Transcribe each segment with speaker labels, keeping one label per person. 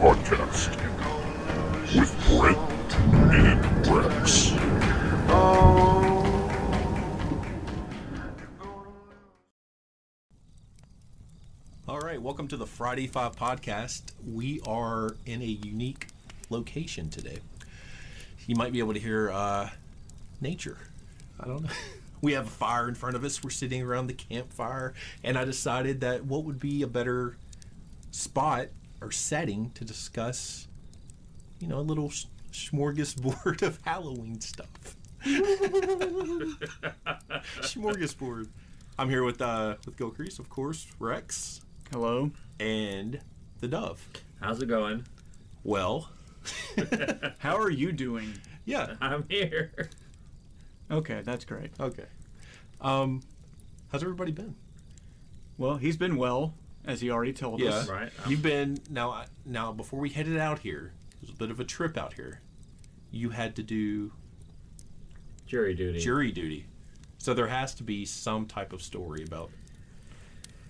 Speaker 1: infused with grit and bricks.
Speaker 2: All right, welcome to the Friday Five podcast. We are in a unique location today. You might be able to hear uh, nature. I don't know. We have a fire in front of us. We're sitting around the campfire, and I decided that what would be a better spot or setting to discuss, you know, a little s- smorgasbord of Halloween stuff. smorgasbord. I'm here with uh, with Gil Crease, of course, Rex,
Speaker 3: Hello.
Speaker 2: and the dove.
Speaker 4: How's it going?
Speaker 2: Well,
Speaker 3: How are you doing?
Speaker 2: yeah.
Speaker 4: I'm here.
Speaker 3: Okay, that's great. Uh,
Speaker 2: Okay. Um, how's everybody been?
Speaker 3: Well, he's been well, as he already told us.
Speaker 4: Right.
Speaker 2: You've been now. I- Now, before we headed out here, it was a bit of a trip out here. You had to do
Speaker 4: Jury duty.
Speaker 2: jury duty, so there has to be some type of story about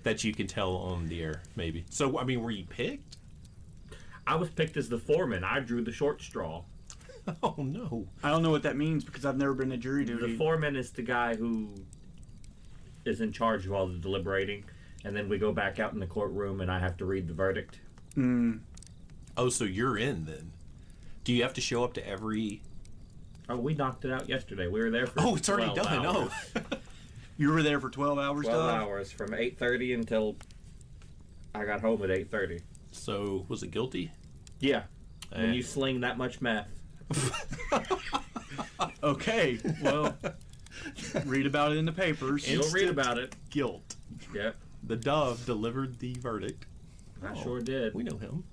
Speaker 2: that you can tell on the air, maybe. So, I mean, were you picked?
Speaker 4: I was picked as the foreman. I drew the short straw.
Speaker 2: Oh no.
Speaker 3: I don't know what that means because I've never been to jury
Speaker 4: The
Speaker 3: duty.
Speaker 4: foreman is the guy who is in charge of all the deliberating, and then we go back out in the courtroom, and I have to read the verdict.
Speaker 2: Oh, so you're in then? Do you have to show up to every?
Speaker 4: Oh, we knocked it out yesterday. We were there for
Speaker 2: Oh, it's already
Speaker 4: 12
Speaker 2: done.
Speaker 4: Hours.
Speaker 2: Oh.
Speaker 3: you were there for 12 hours,
Speaker 4: twelve
Speaker 3: Doug?
Speaker 4: hours from eight thirty until I got home at eight thirty.
Speaker 2: So, was it guilty?
Speaker 4: Yeah.
Speaker 2: Eh.
Speaker 4: When you sling that much meth.
Speaker 3: Okay, well, read about it in the papers.
Speaker 4: You'll read
Speaker 2: Instant-
Speaker 4: about it.
Speaker 2: Guilt.
Speaker 4: Yep.
Speaker 2: The dove delivered the verdict.
Speaker 4: I
Speaker 2: Oh.
Speaker 4: sure did.
Speaker 2: We know him.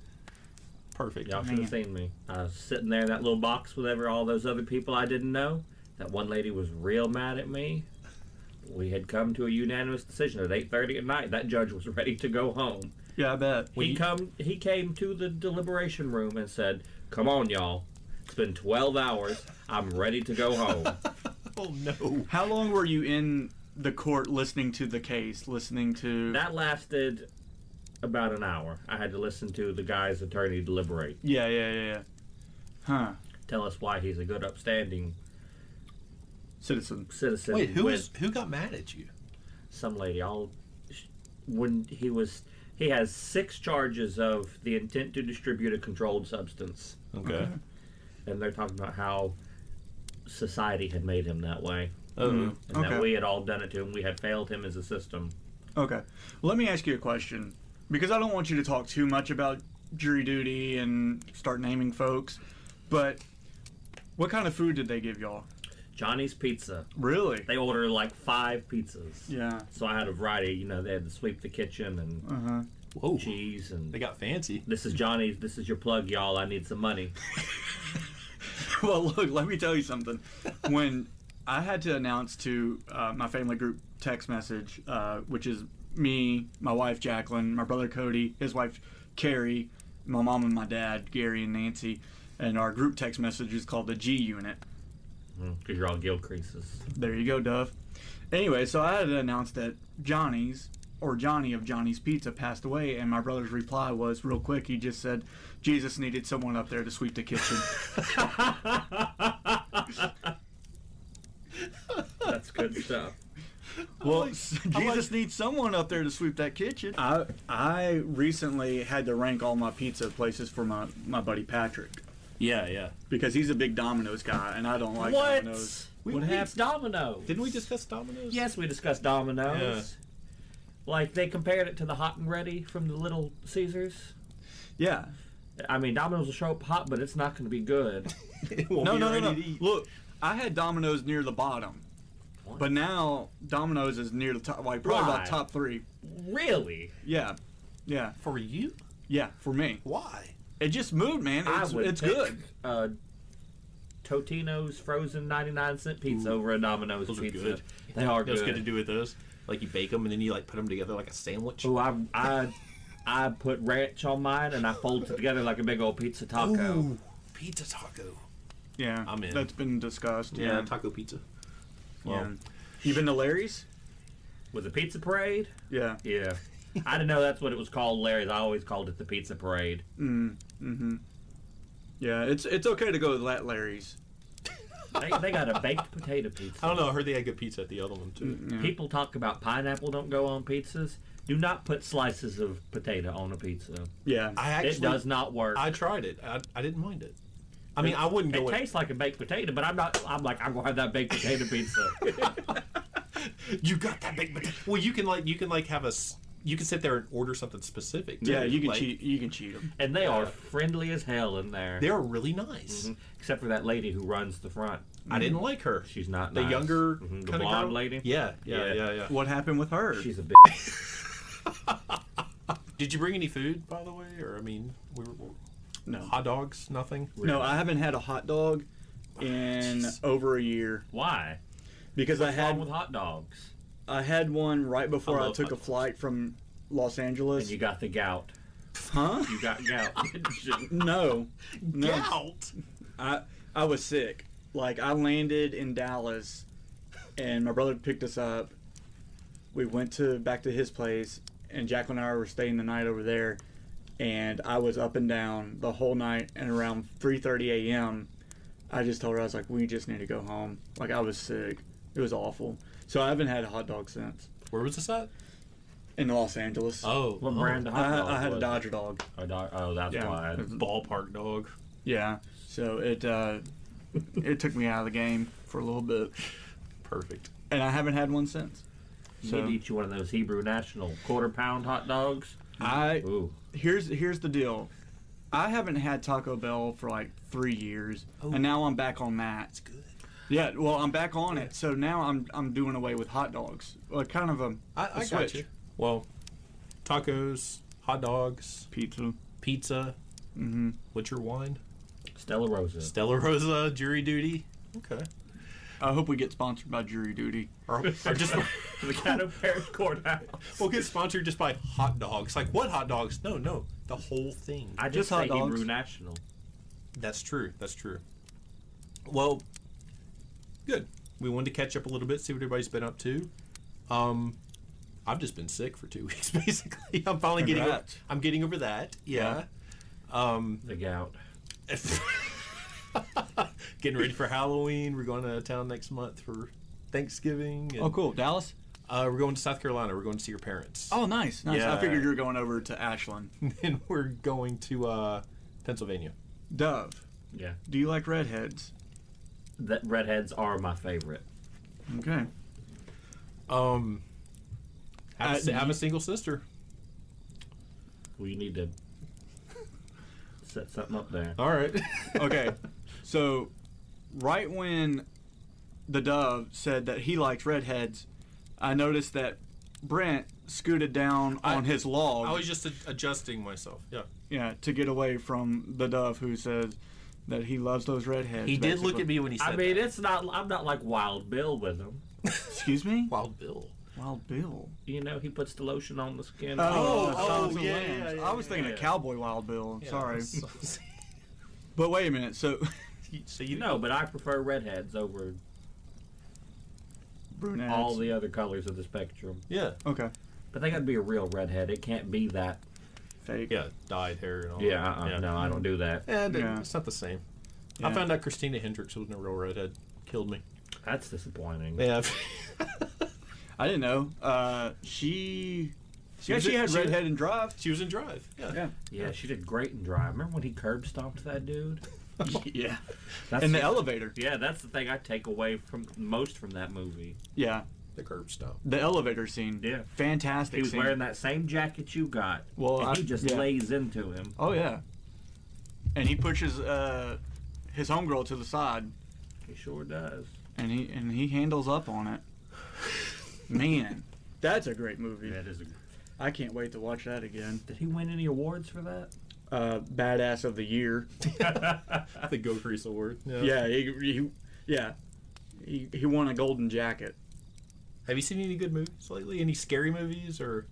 Speaker 2: Perfect.
Speaker 4: Y'all should
Speaker 3: Man.
Speaker 4: have seen me. I was sitting there in that little box with ever all those other people I didn't know. That one lady was real mad at me. We had come to a unanimous decision at 8:30 at night. That judge was ready to go home.
Speaker 3: Yeah, I bet.
Speaker 4: he come he came to the deliberation room and said, "Come on, y'all. It's been 12 hours. I'm ready to go home."
Speaker 2: Oh no.
Speaker 3: How long were you in the court listening to the case, listening to...
Speaker 4: that lasted about an hour. I had to listen to the guy's attorney deliberate,
Speaker 3: yeah, yeah, yeah, yeah. Huh.
Speaker 4: tell us why he's a good, upstanding
Speaker 3: Citizen.
Speaker 4: citizen.
Speaker 2: Wait, who
Speaker 4: with-
Speaker 2: is who got mad at you?
Speaker 4: some lady all when he was he has six charges of the intent to distribute a controlled substance
Speaker 2: Okay.
Speaker 4: and they're talking about how society had made him that way
Speaker 2: Oh,
Speaker 4: and
Speaker 3: Okay.
Speaker 4: that we had all done it to him we had failed him as a system
Speaker 3: Okay. Let me ask you a question because I don't want you to talk too much about jury duty and start naming folks, but what kind of food did they give y'all?
Speaker 4: johnny's pizza
Speaker 3: Really?
Speaker 4: they ordered like five pizzas
Speaker 3: Yeah.
Speaker 4: so i had a variety you know they had to sweep the kitchen and
Speaker 3: Uh-huh.
Speaker 2: whoa.
Speaker 4: cheese and
Speaker 2: They got fancy.
Speaker 4: this is johnny's this is your plug y'all i need some money
Speaker 3: Well, look, let me tell you something. When I had to announce to uh, my family group text message, uh, which is me, my wife Jacqueline, my brother Cody, his wife Carrie, my mom and my dad Gary and Nancy, and our group text message is called the G Unit.
Speaker 4: because you're all gill creases
Speaker 3: There you go, Dove. Anyway, so I had to announce that Johnny's or Johnny of Johnny's Pizza passed away, and my brother's reply was real quick. He just said, "Jesus needed someone up there to sweep the kitchen."
Speaker 4: that's good stuff
Speaker 3: well, Jesus needs someone up there to sweep that kitchen. I I recently had to rank all my pizza places for my my buddy Patrick
Speaker 2: Yeah, yeah.
Speaker 3: because he's a big Domino's guy, and I don't like Domino's.
Speaker 2: We-
Speaker 4: what
Speaker 2: we-
Speaker 4: happened? Dominoes.
Speaker 2: Didn't we discuss dominoes?
Speaker 4: Yes, we discussed Dominoes. Like they compared it to the hot and ready from the Little Caesars.
Speaker 3: Yeah.
Speaker 4: I mean, Dominoes will show up hot, but it's not going to be good.
Speaker 2: It won't
Speaker 3: No,
Speaker 2: be
Speaker 3: no, no,
Speaker 2: ready
Speaker 3: no.
Speaker 2: to eat.
Speaker 3: Look, I had Domino's near the bottom.
Speaker 4: What?
Speaker 3: But now Domino's is near the top, like probably about
Speaker 4: Why?
Speaker 3: top three.
Speaker 4: really?
Speaker 3: Yeah, yeah,
Speaker 2: For you?
Speaker 3: yeah. For me,
Speaker 2: Why?
Speaker 3: it just moved, man. It's,
Speaker 4: I would.
Speaker 3: it's
Speaker 4: pick,
Speaker 3: good.
Speaker 4: Uh, Totino's frozen ninety-nine cent pizza over a Domino's
Speaker 2: Those are
Speaker 4: pizza.
Speaker 2: good.
Speaker 4: They are
Speaker 2: That's
Speaker 4: good.
Speaker 2: good to do with those. Like you bake them and then you like put them together like a sandwich.
Speaker 4: Ooh, I, I, I put ranch on mine and I fold it together like a big old pizza taco.
Speaker 2: Ooh, pizza taco.
Speaker 3: Yeah,
Speaker 2: I'm in.
Speaker 3: That's been discussed.
Speaker 2: Yeah,
Speaker 3: Yeah,
Speaker 2: taco pizza.
Speaker 3: yeah. You been to Larry's?
Speaker 4: With a pizza parade.
Speaker 3: Yeah.
Speaker 4: Yeah. I didn't know that's what it was called, Larry's. I always called it the Pizza Parade.
Speaker 3: Mm. Mm-hmm. Yeah, it's it's okay to go with Lat Larry's.
Speaker 4: They, they got a baked potato pizza.
Speaker 2: I don't know. I heard they had good pizza at the other one too.
Speaker 4: People talk about pineapple don't go on pizzas. Do not put slices of potato on a pizza.
Speaker 3: Yeah.
Speaker 2: I actually
Speaker 4: it does not work.
Speaker 2: I tried it. I, I didn't mind it. I mean, I wouldn't
Speaker 4: it
Speaker 2: go. in-
Speaker 4: tastes like a baked potato, but I'm not. I'm like I'm gonna have that baked potato pizza.
Speaker 2: You got that big potato. Well, you can like you can like have a. s- You can sit there and order something specific. too.
Speaker 3: yeah, you can
Speaker 2: Like,
Speaker 3: cheat. You can cheat them.
Speaker 4: and they are friendly as hell in there,
Speaker 2: They're really nice.
Speaker 3: Mm-hmm.
Speaker 4: except for that lady who runs the front.
Speaker 2: I didn't like her.
Speaker 4: She's not
Speaker 2: the
Speaker 4: nice.
Speaker 2: younger
Speaker 4: Mhm, the
Speaker 2: kinda
Speaker 4: blonde
Speaker 2: girl.
Speaker 4: lady.
Speaker 2: Yeah, yeah, yeah,
Speaker 4: Yeah.
Speaker 2: yeah.
Speaker 3: What happened with her?
Speaker 4: She's a bitch.
Speaker 2: Did you bring any food, by the way? Or I mean, we were, were-
Speaker 3: no,
Speaker 2: hot dogs, nothing.
Speaker 3: no, I haven't had a hot dog in
Speaker 2: Jeez.
Speaker 3: over a year
Speaker 4: Why?
Speaker 3: because I
Speaker 4: What's wrong
Speaker 3: had
Speaker 4: with hot dogs?
Speaker 3: I had one right before
Speaker 2: I
Speaker 3: I,
Speaker 2: love
Speaker 3: took
Speaker 2: hot
Speaker 3: a
Speaker 2: dogs.
Speaker 3: flight from Los Angeles.
Speaker 4: You got the gout.
Speaker 3: huh?
Speaker 4: You got gout. didn't you?
Speaker 3: No, no.
Speaker 2: Gout.
Speaker 3: I I was sick. Like I landed in Dallas, and my brother picked us up. We went to back to his place, and Jacqueline and I were staying the night over there. And I was up and down the whole night. And around 3:30 a.m., I just told her I was like, "We just need to go home." Like I was sick. It was awful. So I haven't had a hot dog since
Speaker 2: Where was this at?
Speaker 3: in Los Angeles.
Speaker 2: Oh,
Speaker 4: What
Speaker 2: oh,
Speaker 4: brand of hot
Speaker 3: I,
Speaker 4: dog?
Speaker 3: I had a
Speaker 4: was it?
Speaker 3: Dodger dog.
Speaker 4: A dog- Oh, that's
Speaker 3: Yeah.
Speaker 4: why.
Speaker 2: Ballpark dog.
Speaker 3: Yeah. So it uh, it took me out of the game for a little bit.
Speaker 2: Perfect.
Speaker 3: and I haven't had one since.
Speaker 4: You
Speaker 3: So-
Speaker 4: need to eat you one of those Hebrew National quarter pound hot dogs.
Speaker 3: I
Speaker 4: Ooh.
Speaker 3: here's here's the deal. I haven't had Taco Bell for like three years, and now I'm back on that.
Speaker 2: Good.
Speaker 3: Yeah, well, I'm back on it, so now I'm I'm doing away with hot dogs. Like kind of a
Speaker 2: I,
Speaker 3: a
Speaker 2: I got you. Well, tacos, hot dogs,
Speaker 3: Pizza.
Speaker 2: pizza.
Speaker 3: Mm-hmm.
Speaker 2: What's your wine?
Speaker 4: Stella Rosa.
Speaker 2: Stella Rosa, jury duty. Okay.
Speaker 3: I hope we get sponsored by Jury Duty.
Speaker 2: Or, or just
Speaker 4: the cat of Paris courthouse.
Speaker 2: we'll get sponsored just by hot dogs. Like what hot dogs? No, no, the whole thing.
Speaker 4: I
Speaker 3: Just
Speaker 4: just,
Speaker 3: hot
Speaker 4: say
Speaker 3: dogs.
Speaker 4: Hebrew National.
Speaker 2: That's true. That's true. Well, good. We wanted to catch up a little bit, see what everybody's been up to. Um, I've just been sick for two weeks, basically. I'm finally getting. Over,
Speaker 3: Congrats.
Speaker 2: I'm getting over that. Yeah.
Speaker 4: The gout.
Speaker 2: getting ready for Halloween. We're going to town next month for Thanksgiving. and,
Speaker 3: Oh, cool, Dallas.
Speaker 2: Uh, we're going to South Carolina. We're going to see your parents,
Speaker 3: Oh, nice, nice. I
Speaker 2: Yeah.
Speaker 3: figured you were going over to Ashland.
Speaker 2: and we're going to uh, Pennsylvania.
Speaker 3: Dove,
Speaker 4: Yeah.
Speaker 3: do you like redheads?
Speaker 4: That redheads are my favorite.
Speaker 3: Okay.
Speaker 2: Um, have,
Speaker 3: Uh,
Speaker 2: a, si- have a single sister.
Speaker 4: We need to set something up there.
Speaker 2: All right.
Speaker 3: okay. So, right when the dove said that he likes redheads, I noticed that Brent scooted down
Speaker 2: I-
Speaker 3: on his log,
Speaker 2: I was just a- adjusting myself. Yeah.
Speaker 3: yeah, to get away from the dove who says that he loves those redheads.
Speaker 2: He did look
Speaker 3: basically.
Speaker 2: at me when he said
Speaker 4: I mean,
Speaker 2: that.
Speaker 4: it's not. I'm not like Wild Bill with them.
Speaker 3: Excuse me,
Speaker 2: Wild Bill.
Speaker 3: Wild Bill.
Speaker 4: You know, he puts the lotion on the skin.
Speaker 2: Oh,
Speaker 3: uh, Silence
Speaker 2: oh,
Speaker 3: of the
Speaker 2: yeah,
Speaker 3: Lambs.
Speaker 2: yeah, yeah,
Speaker 3: I was thinking
Speaker 4: yeah.
Speaker 3: of Cowboy Wild Bill. Sorry, but wait a minute. So,
Speaker 2: so you
Speaker 4: you
Speaker 2: know.
Speaker 4: know, but I prefer redheads over
Speaker 3: brunettes.
Speaker 4: all the other colors of the spectrum.
Speaker 2: Yeah.
Speaker 3: okay,
Speaker 4: But they got to be a real redhead. It can't be that.
Speaker 3: fake.
Speaker 2: Yeah. Dyed hair and all.
Speaker 4: Yeah,
Speaker 2: that.
Speaker 4: uh-uh, no, I don't do that.
Speaker 2: And it-
Speaker 3: Yeah.
Speaker 2: it's not the same. I
Speaker 3: Yeah.
Speaker 2: found out Christina Hendricks wasn't a real redhead. Killed me.
Speaker 4: That's disappointing.
Speaker 2: Yeah.
Speaker 3: I didn't know. Uh, she, she
Speaker 2: was
Speaker 3: actually
Speaker 2: a-
Speaker 3: had
Speaker 2: she-
Speaker 3: redhead and drive.
Speaker 2: she was in Drive. Yeah.
Speaker 3: Yeah,
Speaker 4: Yeah, she did great in Drive. Remember when he curb stomped that dude?
Speaker 3: yeah.
Speaker 4: That's
Speaker 3: In the elevator.
Speaker 4: yeah, that's the thing I take away from most from that movie.
Speaker 3: Yeah,
Speaker 2: The curb stop.
Speaker 3: the elevator scene.
Speaker 4: Yeah.
Speaker 3: fantastic.
Speaker 4: He was
Speaker 3: scene.
Speaker 4: wearing that same jacket you got.
Speaker 3: Well,
Speaker 4: and
Speaker 3: I-
Speaker 4: he just
Speaker 3: yeah.
Speaker 4: lays into him.
Speaker 3: Oh yeah, and he pushes uh, his homegirl to the side,
Speaker 4: He sure does.
Speaker 3: and he and he handles up on it. Man, that's a great movie.
Speaker 4: That is. A,
Speaker 3: I can't wait to watch that again.
Speaker 4: did he win any awards for that?
Speaker 3: Uh, badass of the year.
Speaker 2: The Go Grease Award.
Speaker 4: Oh.
Speaker 3: Yeah, he, he yeah, he, he won a golden jacket.
Speaker 2: Have you seen any good movies lately? Any scary movies or,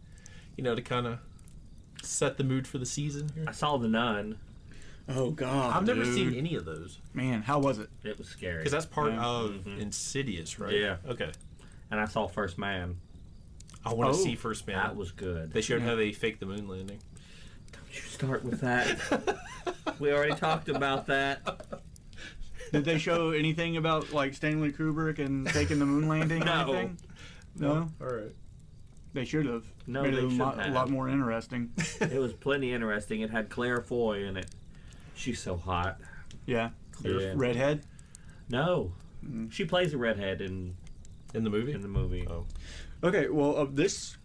Speaker 2: you know, to kind of set the mood for the season? Here?
Speaker 4: I saw The Nun.
Speaker 3: Oh God,
Speaker 2: I've never
Speaker 3: dude.
Speaker 2: seen any of those
Speaker 3: Man, how was it?
Speaker 4: It was scary.
Speaker 2: because that's part
Speaker 3: Yeah.
Speaker 2: of Insidious, right?
Speaker 4: Yeah.
Speaker 2: Okay.
Speaker 4: and I saw First Man.
Speaker 2: I want to
Speaker 3: Oh.
Speaker 2: see First Man.
Speaker 4: That was good.
Speaker 2: They showed how they faked the moon landing.
Speaker 4: You start with that. We already talked about that.
Speaker 3: Did they show anything about like Stanley Kubrick and taking the moon landing?
Speaker 4: No.
Speaker 3: Or anything? No.
Speaker 2: All right.
Speaker 3: They should have.
Speaker 4: No,
Speaker 3: Made
Speaker 4: they
Speaker 3: it a
Speaker 4: should
Speaker 3: lot,
Speaker 4: have.
Speaker 3: lot more interesting.
Speaker 4: It was plenty interesting. It had Claire Foy in it. She's so hot.
Speaker 3: Yeah.
Speaker 4: Yeah.
Speaker 3: Redhead.
Speaker 4: No, she plays a redhead in
Speaker 2: In the movie?
Speaker 4: in the movie.
Speaker 2: Oh.
Speaker 3: Okay. Well, uh, this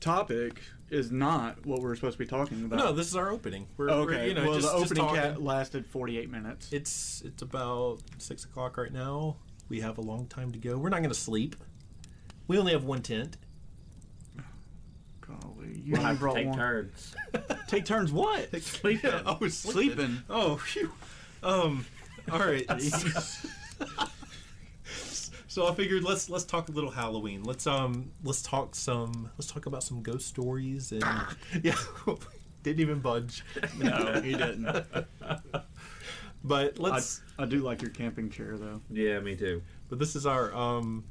Speaker 3: topic is not what we're supposed to be talking about.
Speaker 2: uh, No, this is our opening. We're,
Speaker 3: Okay.
Speaker 2: we're, you know,
Speaker 3: well,
Speaker 2: just,
Speaker 3: the
Speaker 2: just
Speaker 3: opening
Speaker 2: talking.
Speaker 3: cat lasted 48 minutes.
Speaker 2: It's it's about six o'clock right now. We have a long time to go. We're not going to sleep. We only have one tent.
Speaker 3: Golly, you
Speaker 4: I
Speaker 3: only brought
Speaker 4: take
Speaker 3: one.
Speaker 4: turns.
Speaker 3: Take turns. What?
Speaker 2: Sleeping. oh, sleeping.
Speaker 3: Sleeping.
Speaker 2: Oh, phew. Um, all right. so I figured let's let's talk a little Halloween. Let's um let's talk some let's talk about some ghost stories and yeah. Didn't even budge,
Speaker 3: No, he didn't. I,
Speaker 2: but let's.
Speaker 3: I do like your camping chair though.
Speaker 4: Yeah, me too.
Speaker 2: But this is our um,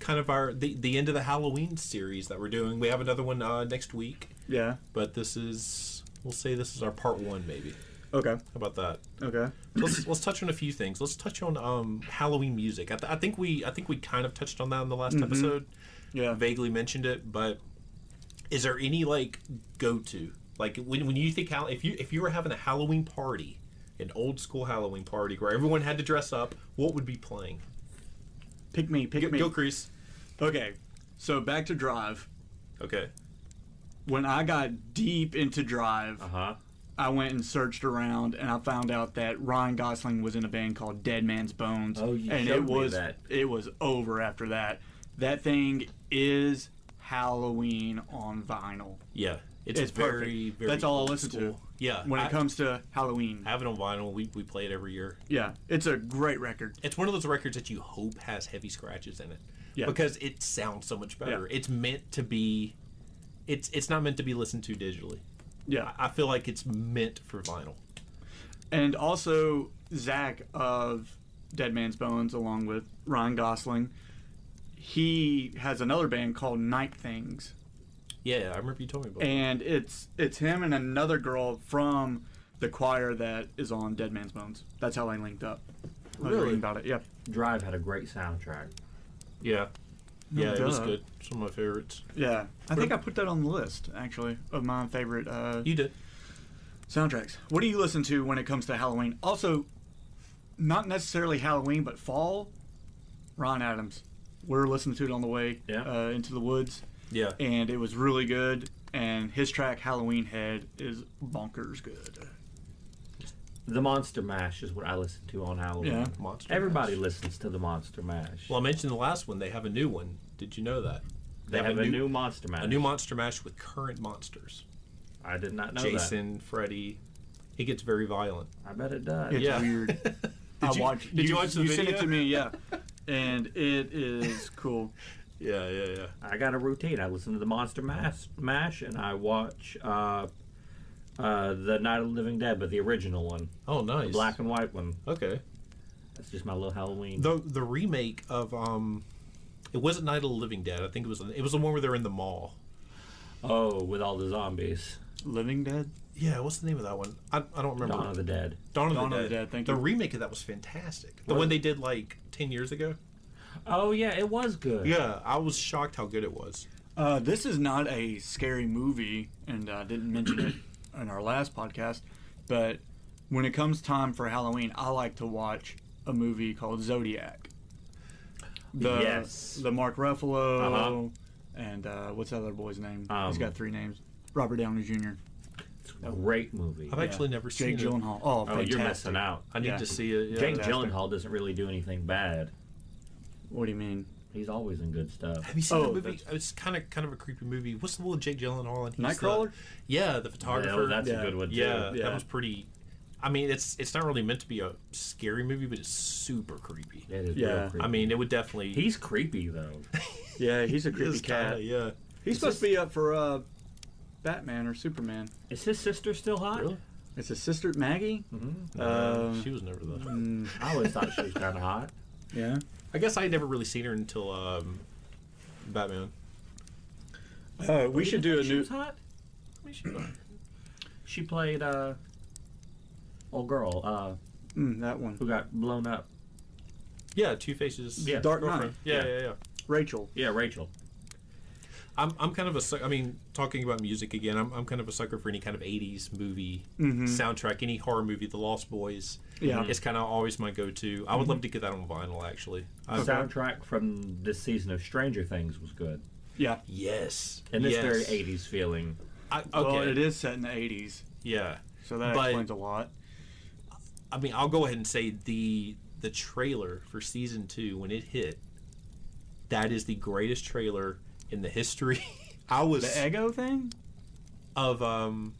Speaker 2: kind of our the, the end of the Halloween series that we're doing. We have another one uh, next week,
Speaker 3: Yeah.
Speaker 2: but this is we'll say this is our part one maybe. How
Speaker 3: Okay.
Speaker 2: about that?
Speaker 3: Okay.
Speaker 2: Let's let's touch on a few things. Let's touch on um, Halloween music. I, th- I think we I think we kind of touched on that in the last episode.
Speaker 3: Mm-hmm. Yeah.
Speaker 2: Vaguely mentioned it, but is there any like go to like when, when you think Hall- if you if you were having a Halloween party, an old school Halloween party where everyone had to dress up, what would be playing?
Speaker 3: Pick me. Pick
Speaker 2: Go,
Speaker 3: me.
Speaker 2: go Crease.
Speaker 3: Okay. So back to Drive.
Speaker 2: Okay.
Speaker 3: When I got deep into Drive,
Speaker 2: Uh-huh.
Speaker 4: Uh huh.
Speaker 3: I went and searched around and I found out that Ryan Gosling was in a band called Dead Man's Bones.
Speaker 4: Oh, you
Speaker 3: and it
Speaker 4: showed me
Speaker 3: was
Speaker 4: that.
Speaker 3: it was over after that. That thing is Halloween on vinyl.
Speaker 2: Yeah, it's,
Speaker 3: It's,
Speaker 2: very,
Speaker 3: perfect.
Speaker 2: very.
Speaker 3: That's all I
Speaker 2: old
Speaker 3: listen
Speaker 2: school.
Speaker 3: to.
Speaker 2: Yeah,
Speaker 3: When
Speaker 2: I
Speaker 3: it comes to Halloween.
Speaker 2: I have it on vinyl. We we play it every year.
Speaker 3: Yeah, it's a great record.
Speaker 2: It's one of those records that you hope has heavy scratches in it.
Speaker 3: Yeah.
Speaker 2: because it sounds so much better. It's meant to be. It's it's not meant to be listened to digitally.
Speaker 3: Yeah.
Speaker 2: I feel like it's meant for vinyl.
Speaker 3: And also Zach of Dead Man's Bones, along with Ryan Gosling, he has another band called Night Things,
Speaker 2: Yeah, I remember you told me about. it.
Speaker 3: and it's it's him and another girl from the choir that is on Dead Man's Bones. That's how I linked up. I was
Speaker 2: Really?
Speaker 3: reading about it. Yeah.
Speaker 4: Drive had a great soundtrack.
Speaker 2: Yeah, yeah, it was
Speaker 3: duh.
Speaker 2: good. Some of my favorites.
Speaker 3: Yeah. I think I put that on the list actually of my favorite uh,
Speaker 2: You did.
Speaker 3: soundtracks. What do you listen to when it comes to Halloween? Also, not necessarily Halloween, but fall. Ron Adams. We're listening to it on the way
Speaker 4: Yeah.
Speaker 3: uh, into the woods,
Speaker 2: Yeah,
Speaker 3: and it was really good. And his track Halloween Head is bonkers good.
Speaker 4: The Monster Mash is what I listen to on Halloween.
Speaker 3: Yeah.
Speaker 2: Monster.
Speaker 4: Everybody
Speaker 2: Mash.
Speaker 4: listens to the Monster Mash.
Speaker 2: Well, I mentioned the last one. They have a new one. Did you know that?
Speaker 4: they have a new, Monster Mash.
Speaker 2: a new Monster Mash with current monsters.
Speaker 4: I did not know
Speaker 2: Jason, Freddy. It gets very violent.
Speaker 4: that. I bet it does.
Speaker 3: It's
Speaker 2: Yeah.
Speaker 3: weird. I
Speaker 2: you-
Speaker 3: watched.
Speaker 2: did you watch the
Speaker 3: you sent
Speaker 2: video?
Speaker 3: it to me, yeah. and it is cool.
Speaker 2: Yeah, yeah, yeah.
Speaker 4: I got a routine. I listen to the Monster Mash, Mash and I watch uh, uh, the Night of the Living Dead, but the original one,
Speaker 2: Oh, nice.
Speaker 4: the black and white one.
Speaker 2: Okay.
Speaker 4: That's just my little Halloween.
Speaker 2: The the remake of um, it wasn't Night of the Living Dead. I think it was it was the one where they're in the mall.
Speaker 4: oh, with all the zombies,
Speaker 3: Living Dead.
Speaker 2: Yeah, what's the name of that one? I, I don't remember.
Speaker 4: Dawn of the Dead.
Speaker 2: Dawn of
Speaker 3: Dawn of the Dead, thank
Speaker 2: the
Speaker 3: you.
Speaker 2: remake of that was fantastic. The
Speaker 4: Was
Speaker 2: one
Speaker 4: it?
Speaker 2: they did like ten years ago.
Speaker 4: Oh yeah, it was good.
Speaker 2: Yeah, I was shocked how good it was.
Speaker 3: Uh, this is not a scary movie, and uh, I didn't mention it in our last podcast, but when it comes time for Halloween, I like to watch a movie called Zodiac. The,
Speaker 4: Yes.
Speaker 3: The Mark Ruffalo, and uh, what's that other boy's name? He's
Speaker 4: Um,
Speaker 3: got three names. Robert Downey Jr.
Speaker 4: It's a great movie.
Speaker 2: I've actually never seen
Speaker 3: Jake
Speaker 2: it.
Speaker 3: Gyllenhaal. Oh,
Speaker 4: Oh,
Speaker 3: fantastic.
Speaker 4: you're missing out.
Speaker 2: I need
Speaker 3: Yeah.
Speaker 2: to see it. Yeah.
Speaker 4: Jake
Speaker 3: Fantastic.
Speaker 4: Gyllenhaal doesn't really do anything bad.
Speaker 3: What do you mean?
Speaker 4: He's always in good stuff.
Speaker 2: Have you seen
Speaker 3: Oh,
Speaker 2: the movie? It's kind of kind of a creepy movie. What's the one with Jake Gyllenhaal and he's
Speaker 3: Nightcrawler?
Speaker 2: The, yeah, the photographer.
Speaker 4: Oh, that's
Speaker 3: Yeah.
Speaker 4: a good one too.
Speaker 2: yeah,
Speaker 3: Yeah.
Speaker 2: that was pretty. I mean, it's it's not really meant to be a scary movie, but it's super creepy.
Speaker 4: That is
Speaker 3: Yeah.
Speaker 4: real creepy.
Speaker 2: I mean, it would definitely.
Speaker 4: he's creepy though.
Speaker 3: Yeah, he's a creepy
Speaker 2: is
Speaker 3: cat.
Speaker 2: kinda, yeah.
Speaker 3: He's supposed to be up for uh, Batman or Superman.
Speaker 4: Is his sister still hot?
Speaker 2: Really?
Speaker 3: It's his sister, Maggie. Mm-hmm. Uh,
Speaker 2: Um, she was never the.
Speaker 4: I always thought she was kind of hot.
Speaker 3: yeah.
Speaker 2: I guess I had never really seen her until um, Batman.
Speaker 3: Uh, we should do a
Speaker 4: She
Speaker 3: new.
Speaker 4: was hot.
Speaker 2: I mean, she-
Speaker 4: She played uh, old girl uh,
Speaker 3: Mm, that one.
Speaker 4: who got blown up.
Speaker 2: Yeah, Two Faces.
Speaker 4: Yeah.
Speaker 3: Dark
Speaker 2: girlfriend.
Speaker 3: Knight.
Speaker 2: Yeah,
Speaker 4: Yeah.
Speaker 2: yeah, yeah.
Speaker 3: Rachel.
Speaker 4: Yeah, Rachel.
Speaker 2: I'm, I'm kind of a suck- I mean, talking about music again, I'm, I'm kind of a sucker for any kind of 80s movie soundtrack, any horror movie. The Lost Boys
Speaker 3: Mm-hmm. Yeah. Mm-hmm.
Speaker 2: is kind of always my go to. I would love to get that on vinyl, actually. I,
Speaker 4: Soundtrack from this season of Stranger Things was good,
Speaker 3: Yeah.
Speaker 2: Yes.
Speaker 4: and it's
Speaker 2: yes.
Speaker 4: very 80s feeling.
Speaker 2: I, okay.
Speaker 3: Well, it is set in the 80s,
Speaker 2: Yeah.
Speaker 3: so that
Speaker 2: But-
Speaker 3: explains a lot.
Speaker 2: I mean, I'll go ahead and say the the trailer for season two when it hit. That is the greatest trailer in the history. I was
Speaker 3: The Ego thing?
Speaker 2: of um,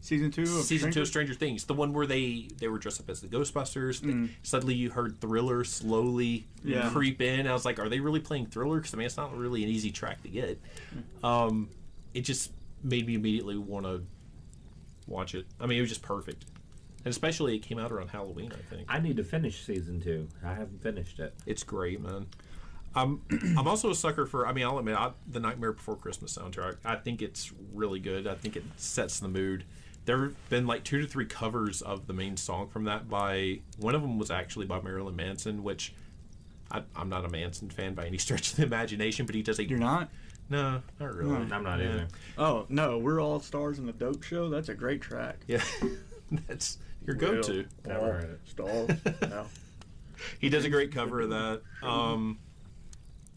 Speaker 3: Season 2 of
Speaker 2: season two
Speaker 3: Stranger- Mm.
Speaker 2: of Stranger Things, the one where they they were dressed up as the Ghostbusters. Suddenly, you heard Thriller slowly
Speaker 3: Yeah.
Speaker 2: creep in. I was like, "Are they really playing Thriller?" Because I mean, it's not really an easy track to get. Um, it just made me immediately want to watch it. I mean, it was just perfect, and especially it came out around Halloween. I think
Speaker 4: I need to finish season two. I haven't finished it.
Speaker 2: it's great, man. I'm I'm also a sucker for. I mean, I'll admit, I, the Nightmare Before Christmas soundtrack. I think it's really good. I think it sets the mood. There have been like two to three covers of the main song from that. By one of them was actually by Marilyn Manson, which I, I'm not a Manson fan by any stretch of the imagination, but he does a
Speaker 3: You're not?
Speaker 2: no, not really.
Speaker 4: I'm not either.
Speaker 3: Oh, no. We're All Stars in the Dope Show? That's a great track.
Speaker 2: Yeah, that's your go-to.
Speaker 4: Never heard it.
Speaker 3: Stars. no.
Speaker 2: He does a great cover of that. Um,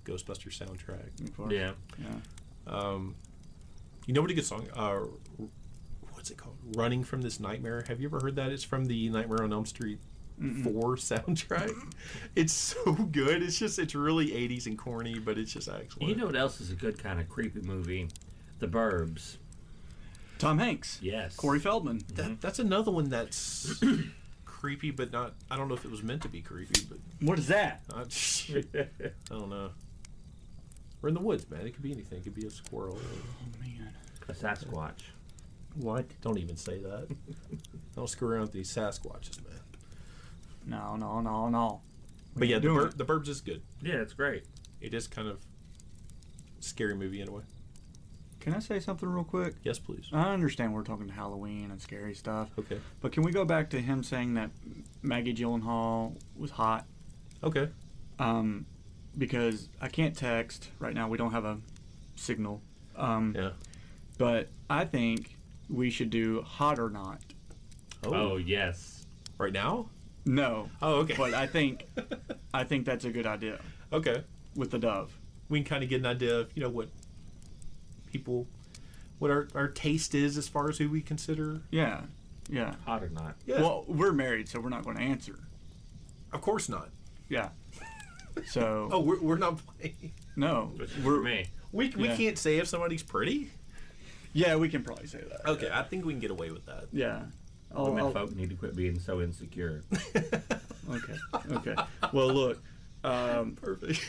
Speaker 2: Ghostbusters soundtrack.
Speaker 4: Yeah.
Speaker 3: Yeah.
Speaker 2: You know what a good song? Uh, what's it called? Running from this nightmare. Have you ever heard that? It's from the Nightmare on Elm Street four soundtrack. It's so good. It's just it's really eighties and corny, but it's just excellent.
Speaker 4: You know what else is a good kind of creepy movie? The Burbs.
Speaker 3: Tom Hanks.
Speaker 4: Yes.
Speaker 3: Corey Feldman.
Speaker 4: mm-hmm.
Speaker 2: that, that's another one that's creepy, but not. I don't know if it was meant to be creepy, but
Speaker 3: What is that?
Speaker 2: not, I don't know. We're in the woods, man. It could be anything. It could be a squirrel.
Speaker 3: Oh, man.
Speaker 4: A Sasquatch.
Speaker 2: What? Don't even say that. don't screw around with these Sasquatches, man.
Speaker 3: No, no, no, no.
Speaker 2: But yeah, the,
Speaker 3: doing
Speaker 2: bur-
Speaker 3: it.
Speaker 2: the Burbs is good.
Speaker 4: Yeah, it's great.
Speaker 2: it is kind of scary movie in a way.
Speaker 3: Can I say something real quick?
Speaker 2: Yes, please.
Speaker 3: I understand we're talking Halloween and scary stuff,
Speaker 2: Okay.
Speaker 3: but can we go back to him saying that Maggie Gyllenhaal was hot?
Speaker 2: Okay.
Speaker 3: Um, because I can't text right now. We don't have a signal. Um,
Speaker 2: Yeah.
Speaker 3: But I think we should do hot or not.
Speaker 2: Oh.
Speaker 4: Oh, yes.
Speaker 2: Right now?
Speaker 3: No,
Speaker 2: Oh, okay.
Speaker 3: but I think I think that's a good idea
Speaker 2: okay.
Speaker 3: with the dove.
Speaker 2: We can kind of get an idea of you know what people, what our, our taste is as far as who we consider.
Speaker 3: Yeah, yeah.
Speaker 4: Hot or not.
Speaker 2: Yeah.
Speaker 3: Well, we're married, so we're not going to answer.
Speaker 2: Of course not.
Speaker 3: Yeah. So
Speaker 2: Oh, we're, we're not playing.
Speaker 3: no,
Speaker 4: Which is for me.
Speaker 2: We, we
Speaker 3: Yeah.
Speaker 2: can't say if somebody's pretty.
Speaker 3: yeah, we can probably say that.
Speaker 2: Okay, I think we can get away with that.
Speaker 3: Yeah.
Speaker 2: Oh,
Speaker 3: I'll-
Speaker 4: Women
Speaker 3: I'll-
Speaker 4: folk need to quit being so insecure.
Speaker 3: Okay. Okay. Well, look, um,
Speaker 2: Perfect.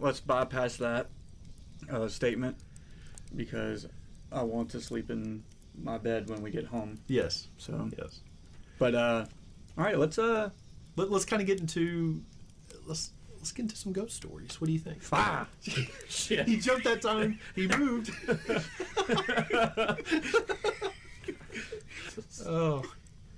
Speaker 3: let's bypass that uh, statement because I want to sleep in my bed when we get home.
Speaker 2: yes.
Speaker 3: So,
Speaker 2: Yes.
Speaker 3: but uh, all right, let's uh,
Speaker 2: Let, let's kind of get into let's let's get into some ghost stories. What do you think?
Speaker 3: fire.
Speaker 2: he jumped that time. He moved. oh,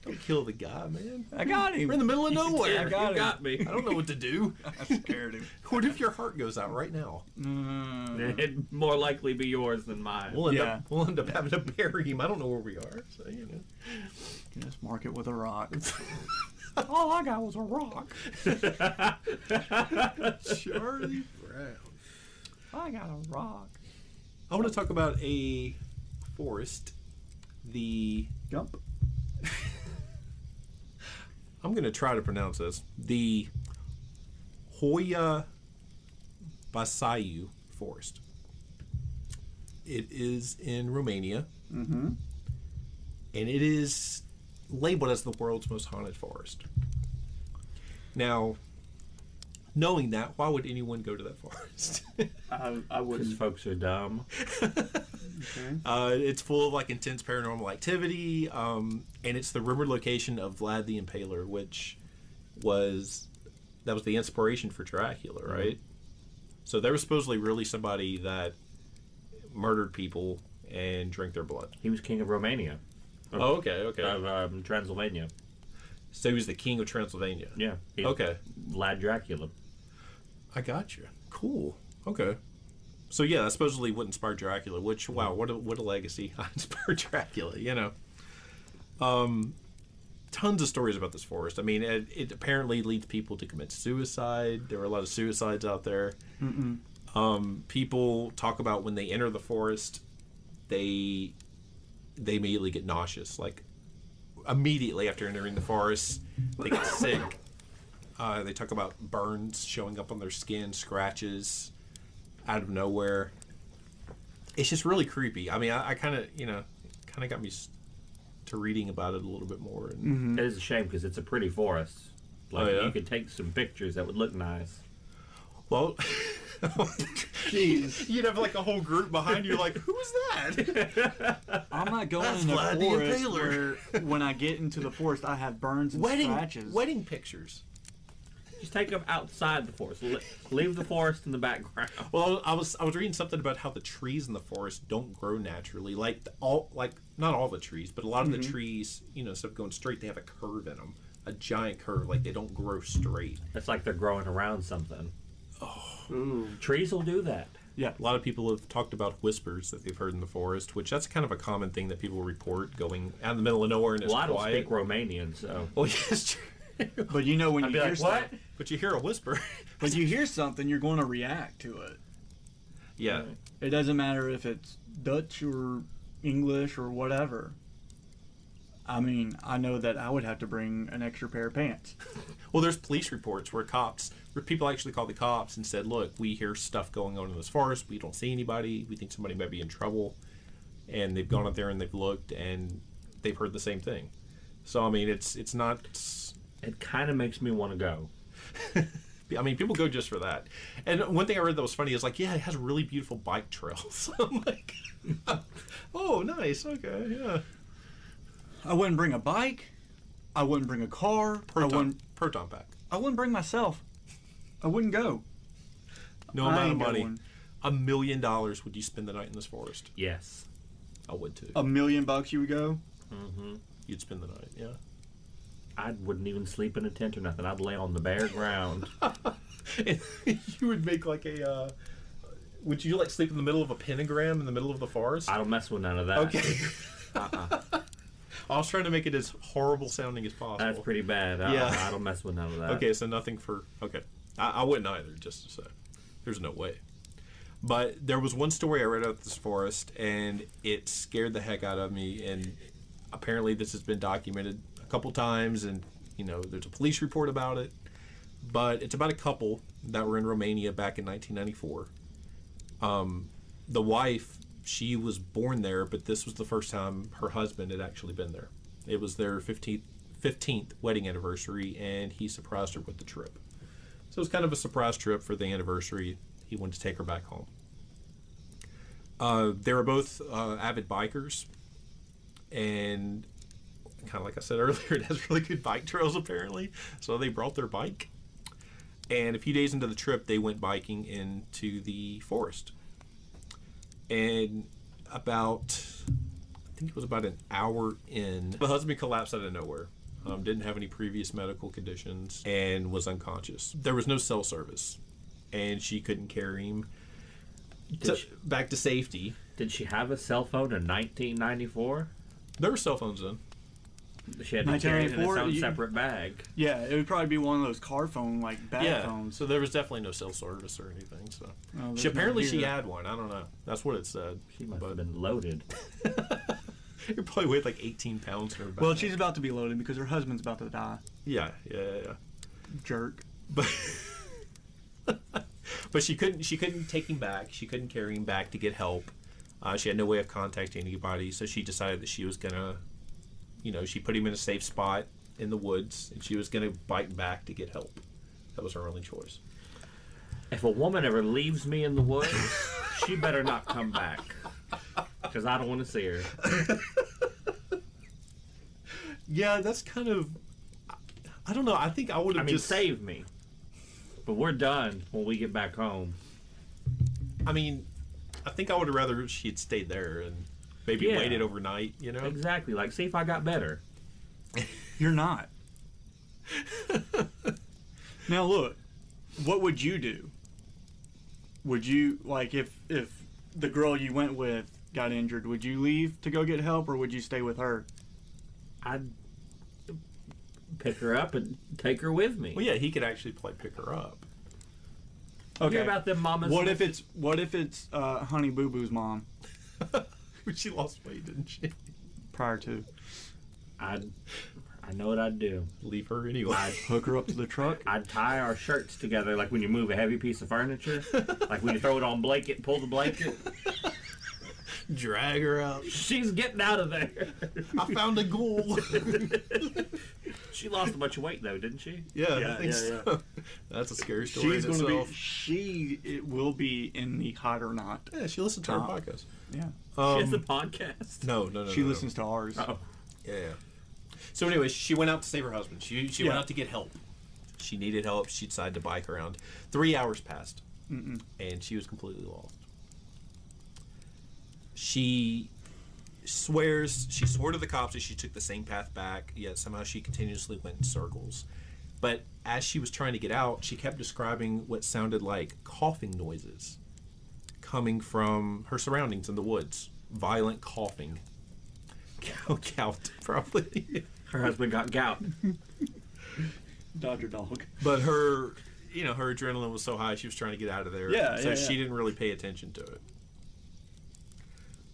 Speaker 2: don't kill the guy, man.
Speaker 3: I got him.
Speaker 2: We're in the middle of nowhere.
Speaker 3: I got
Speaker 4: you
Speaker 3: him.
Speaker 4: got me.
Speaker 2: I don't know what to do.
Speaker 3: I scared him.
Speaker 2: What if your heart goes out right now?
Speaker 3: Mm,
Speaker 4: It'd more likely be yours than mine.
Speaker 2: We'll end
Speaker 3: Yeah.
Speaker 2: up we'll end up having to bury him. I don't know where we are, so you know.
Speaker 3: just mark it with a rock. All I got was a rock.
Speaker 2: Charlie Brown.
Speaker 3: I got a rock.
Speaker 2: I want to talk about a forest. The
Speaker 3: Jump.
Speaker 2: I'm gonna try to pronounce this. The Hoya Basayu Forest. It is in Romania,
Speaker 3: Mm-hmm.
Speaker 2: and it is labeled as the world's most haunted forest. Now, knowing that, why would anyone go to that forest?
Speaker 3: I, I
Speaker 4: Because
Speaker 3: wouldn't.
Speaker 4: folks are dumb.
Speaker 3: Okay.
Speaker 2: Uh, it's full of like intense paranormal activity, um, and it's the rumored location of Vlad the Impaler, which was that was the inspiration for Dracula, right? So there was supposedly really somebody that murdered people and drank their blood.
Speaker 4: He was king of Romania.
Speaker 2: Oh, okay, okay.
Speaker 4: of um, Transylvania.
Speaker 2: so he was the king of Transylvania.
Speaker 4: Yeah. he's
Speaker 2: Okay, Mm-hmm.
Speaker 4: Lad Dracula.
Speaker 2: I got you. Cool. Okay. So yeah, that supposedly what inspired Dracula. Which wow, what a, what a legacy inspired Dracula. You know, um, tons of stories about this forest. I mean, it, it apparently leads people to commit suicide. There are a lot of suicides out there. Um, people talk about when they enter the forest, they they immediately get nauseous. Like immediately after entering the forest, they get sick. Uh, they talk about burns showing up on their skin, scratches out of nowhere. It's just really creepy. I mean, I, I kind of, you know, kind of got me s- to reading about it a little bit more. And,
Speaker 4: It is a shame because it's a pretty forest. Like
Speaker 2: Oh, yeah?
Speaker 4: you could take some pictures that would look nice.
Speaker 2: Well, you'd have like a whole group behind you, like, who's that?
Speaker 3: I'm not going in the
Speaker 2: Vlad the
Speaker 3: forest
Speaker 2: Impaler.
Speaker 3: where when I get into the forest I have burns and
Speaker 2: wedding,
Speaker 3: scratches.
Speaker 2: wedding pictures.
Speaker 4: Just take them outside the forest. Le- leave the forest in the background.
Speaker 2: Well, I was I was reading something about how the trees in the forest don't grow naturally. Like the, all like not all the trees, but a lot of the trees, you know, instead of going straight, they have a curve in them, a giant curve. Like they don't grow straight.
Speaker 4: It's like they're growing around something.
Speaker 2: Oh.
Speaker 3: Ooh.
Speaker 4: Trees will do that.
Speaker 3: Yeah.
Speaker 2: A lot of people have talked about whispers that they've heard in the forest, which that's kind of a common thing that people report going out in the middle of nowhere and it's
Speaker 4: Well, I don't
Speaker 2: quiet.
Speaker 4: speak Romanian, so
Speaker 2: well, yeah, it's true.
Speaker 3: But you know when
Speaker 4: I'd
Speaker 3: you
Speaker 4: be
Speaker 3: hear
Speaker 4: like,
Speaker 3: some-
Speaker 4: "What?"
Speaker 2: But you hear a whisper.
Speaker 3: But you hear something, you're going to react to it.
Speaker 2: yeah.
Speaker 3: It doesn't matter if it's Dutch or English or whatever. I mean, I know that I would have to bring an extra pair of pants.
Speaker 2: Well, there's police reports where cops, where people actually called the cops and said, "Look, we hear stuff going on in this forest. We don't see anybody. We think somebody might be in trouble." And they've gone out there and they've looked and they've heard the same thing. So I mean, it's it's not.
Speaker 4: it kind of makes me want to go.
Speaker 2: I mean, people go just for that. And one thing I read that was funny is like, yeah, it has really beautiful bike trails. I'm like, oh, nice. Okay, yeah.
Speaker 3: I wouldn't bring a bike. I wouldn't bring a car. I
Speaker 2: Proton,
Speaker 3: wouldn't.
Speaker 2: proton pack.
Speaker 3: I wouldn't bring myself. I wouldn't go.
Speaker 2: No
Speaker 3: I
Speaker 2: amount of
Speaker 3: ain't
Speaker 2: money.
Speaker 3: going.
Speaker 2: A million dollars would you spend the night in this forest?
Speaker 4: Yes.
Speaker 2: I would too.
Speaker 3: A million bucks, you would go.
Speaker 2: You'd spend the night, yeah.
Speaker 4: I wouldn't even sleep in a tent or nothing. I'd lay on the bare ground.
Speaker 2: And you would make like a. Uh, would you like sleep in the middle of a pentagram in the middle of the forest?
Speaker 4: I don't mess with none of that.
Speaker 2: okay. Uh-uh. I was trying to make it as horrible sounding as possible.
Speaker 4: That's pretty bad. I,
Speaker 2: Yeah.
Speaker 4: I don't mess with none of that.
Speaker 2: Okay, so nothing for. Okay. I, I wouldn't either, just to say. There's no way. But there was one story I read out this forest, and it scared the heck out of me. And apparently, this has been documented a couple times, and, you know, there's a police report about it. But it's about a couple that were in Romania back in 1994. Um, the wife, she was born there, but this was the first time her husband had actually been there. It was their 15th, 15th wedding anniversary, and he surprised her with the trip. So it was kind of a surprise trip for the anniversary. He wanted to take her back home. Uh, they were both uh, avid bikers, and kind of like I said earlier, it has really good bike trails apparently. So they brought their bike, and a few days into the trip, they went biking into the forest. And about, I think it was about an hour in, the husband collapsed out of nowhere. Um, didn't have any previous medical conditions and was unconscious. There was no cell service, and she couldn't carry him to-
Speaker 4: she-
Speaker 2: back to safety.
Speaker 4: Did she have a cell phone in 1994?
Speaker 2: There were cell phones then.
Speaker 4: She had to carry it in its
Speaker 3: 1994,
Speaker 4: own
Speaker 3: you-
Speaker 4: separate bag.
Speaker 3: Yeah, it would probably be one of those car phone like bad
Speaker 2: yeah.
Speaker 3: phones.
Speaker 2: So there was definitely no cell service or anything. So
Speaker 3: Oh, there's
Speaker 2: she apparently
Speaker 3: none
Speaker 2: she
Speaker 3: here.
Speaker 2: had one. I don't know. That's what it said.
Speaker 4: She must
Speaker 2: But
Speaker 4: have been loaded.
Speaker 2: it probably weighed like 18 pounds. In her
Speaker 3: Well,
Speaker 2: backpack.
Speaker 3: she's about to be loaded because her husband's about to die.
Speaker 2: yeah, yeah, yeah, yeah.
Speaker 3: Jerk.
Speaker 2: But but she couldn't she couldn't take him back. She couldn't carry him back to get help. Uh, she had no way of contacting anybody, so she decided that she was gonna, you know, she put him in a safe spot in the woods, and she was gonna bite back to get help. That was her only choice.
Speaker 4: If a woman ever leaves me in the woods, she better not come back. Because I don't want to see her.
Speaker 2: Yeah, that's kind of. I- I don't know. I think I would
Speaker 4: I
Speaker 2: have
Speaker 4: mean,
Speaker 2: just
Speaker 4: save me. But we're done when we get back home.
Speaker 2: I mean, I think I would rather she had stayed there and Maybe
Speaker 4: Yeah.
Speaker 2: waited overnight, you know?
Speaker 4: Exactly. Like, see if I got better.
Speaker 3: You're not. now look, what would you do? Would you like if if the girl you went with got injured, would you leave to go get help or would you stay with her?
Speaker 4: I'd pick her up and take her with me.
Speaker 2: Well, yeah, he could actually play pick her up.
Speaker 4: You hear about them mamas?
Speaker 3: What if it's what if it's uh, Honey Boo Boo's mom
Speaker 2: she lost weight, didn't she?
Speaker 3: prior to
Speaker 4: I'd, I know what I'd do.
Speaker 2: Leave her anyway.
Speaker 3: hook her up to the truck?
Speaker 4: I'd tie our shirts together like when you move a heavy piece of furniture. like when you throw it on blanket, pull the blanket.
Speaker 2: Drag her out.
Speaker 4: She's getting out of there.
Speaker 2: I found a ghoul.
Speaker 4: She lost a bunch of weight though, didn't she?
Speaker 2: yeah,
Speaker 3: Yeah,
Speaker 2: I think
Speaker 3: yeah,
Speaker 2: so. That's a scary story
Speaker 3: She's
Speaker 2: in
Speaker 3: going to
Speaker 2: itself.
Speaker 3: be she it will be in the hot or not.
Speaker 2: yeah, she listens to our
Speaker 3: Tom.
Speaker 2: podcast.
Speaker 3: Yeah.
Speaker 4: She
Speaker 2: Um,
Speaker 4: has a podcast.
Speaker 2: no, no, no.
Speaker 3: She
Speaker 2: no, no.
Speaker 3: listens to ours.
Speaker 4: Oh.
Speaker 2: Yeah, yeah.
Speaker 5: So, anyways, she went out to save her husband. She she
Speaker 3: Yeah.
Speaker 5: went out to get help.
Speaker 2: She needed help. She decided to bike around. Three hours passed, and she was completely lost. She swears she swore to the cops that she took the same path back. Yet somehow she continuously went in circles. But as she was trying to get out, she kept describing what sounded like coughing noises coming from her surroundings in the woods. Violent coughing. Cow, cow, probably.
Speaker 4: Her husband got gout.
Speaker 3: Dodger dog.
Speaker 2: But her, you know, her adrenaline was so high, she was trying to get out of there.
Speaker 3: Yeah,
Speaker 2: So
Speaker 3: yeah,
Speaker 2: she
Speaker 3: yeah.
Speaker 2: didn't really pay attention to it.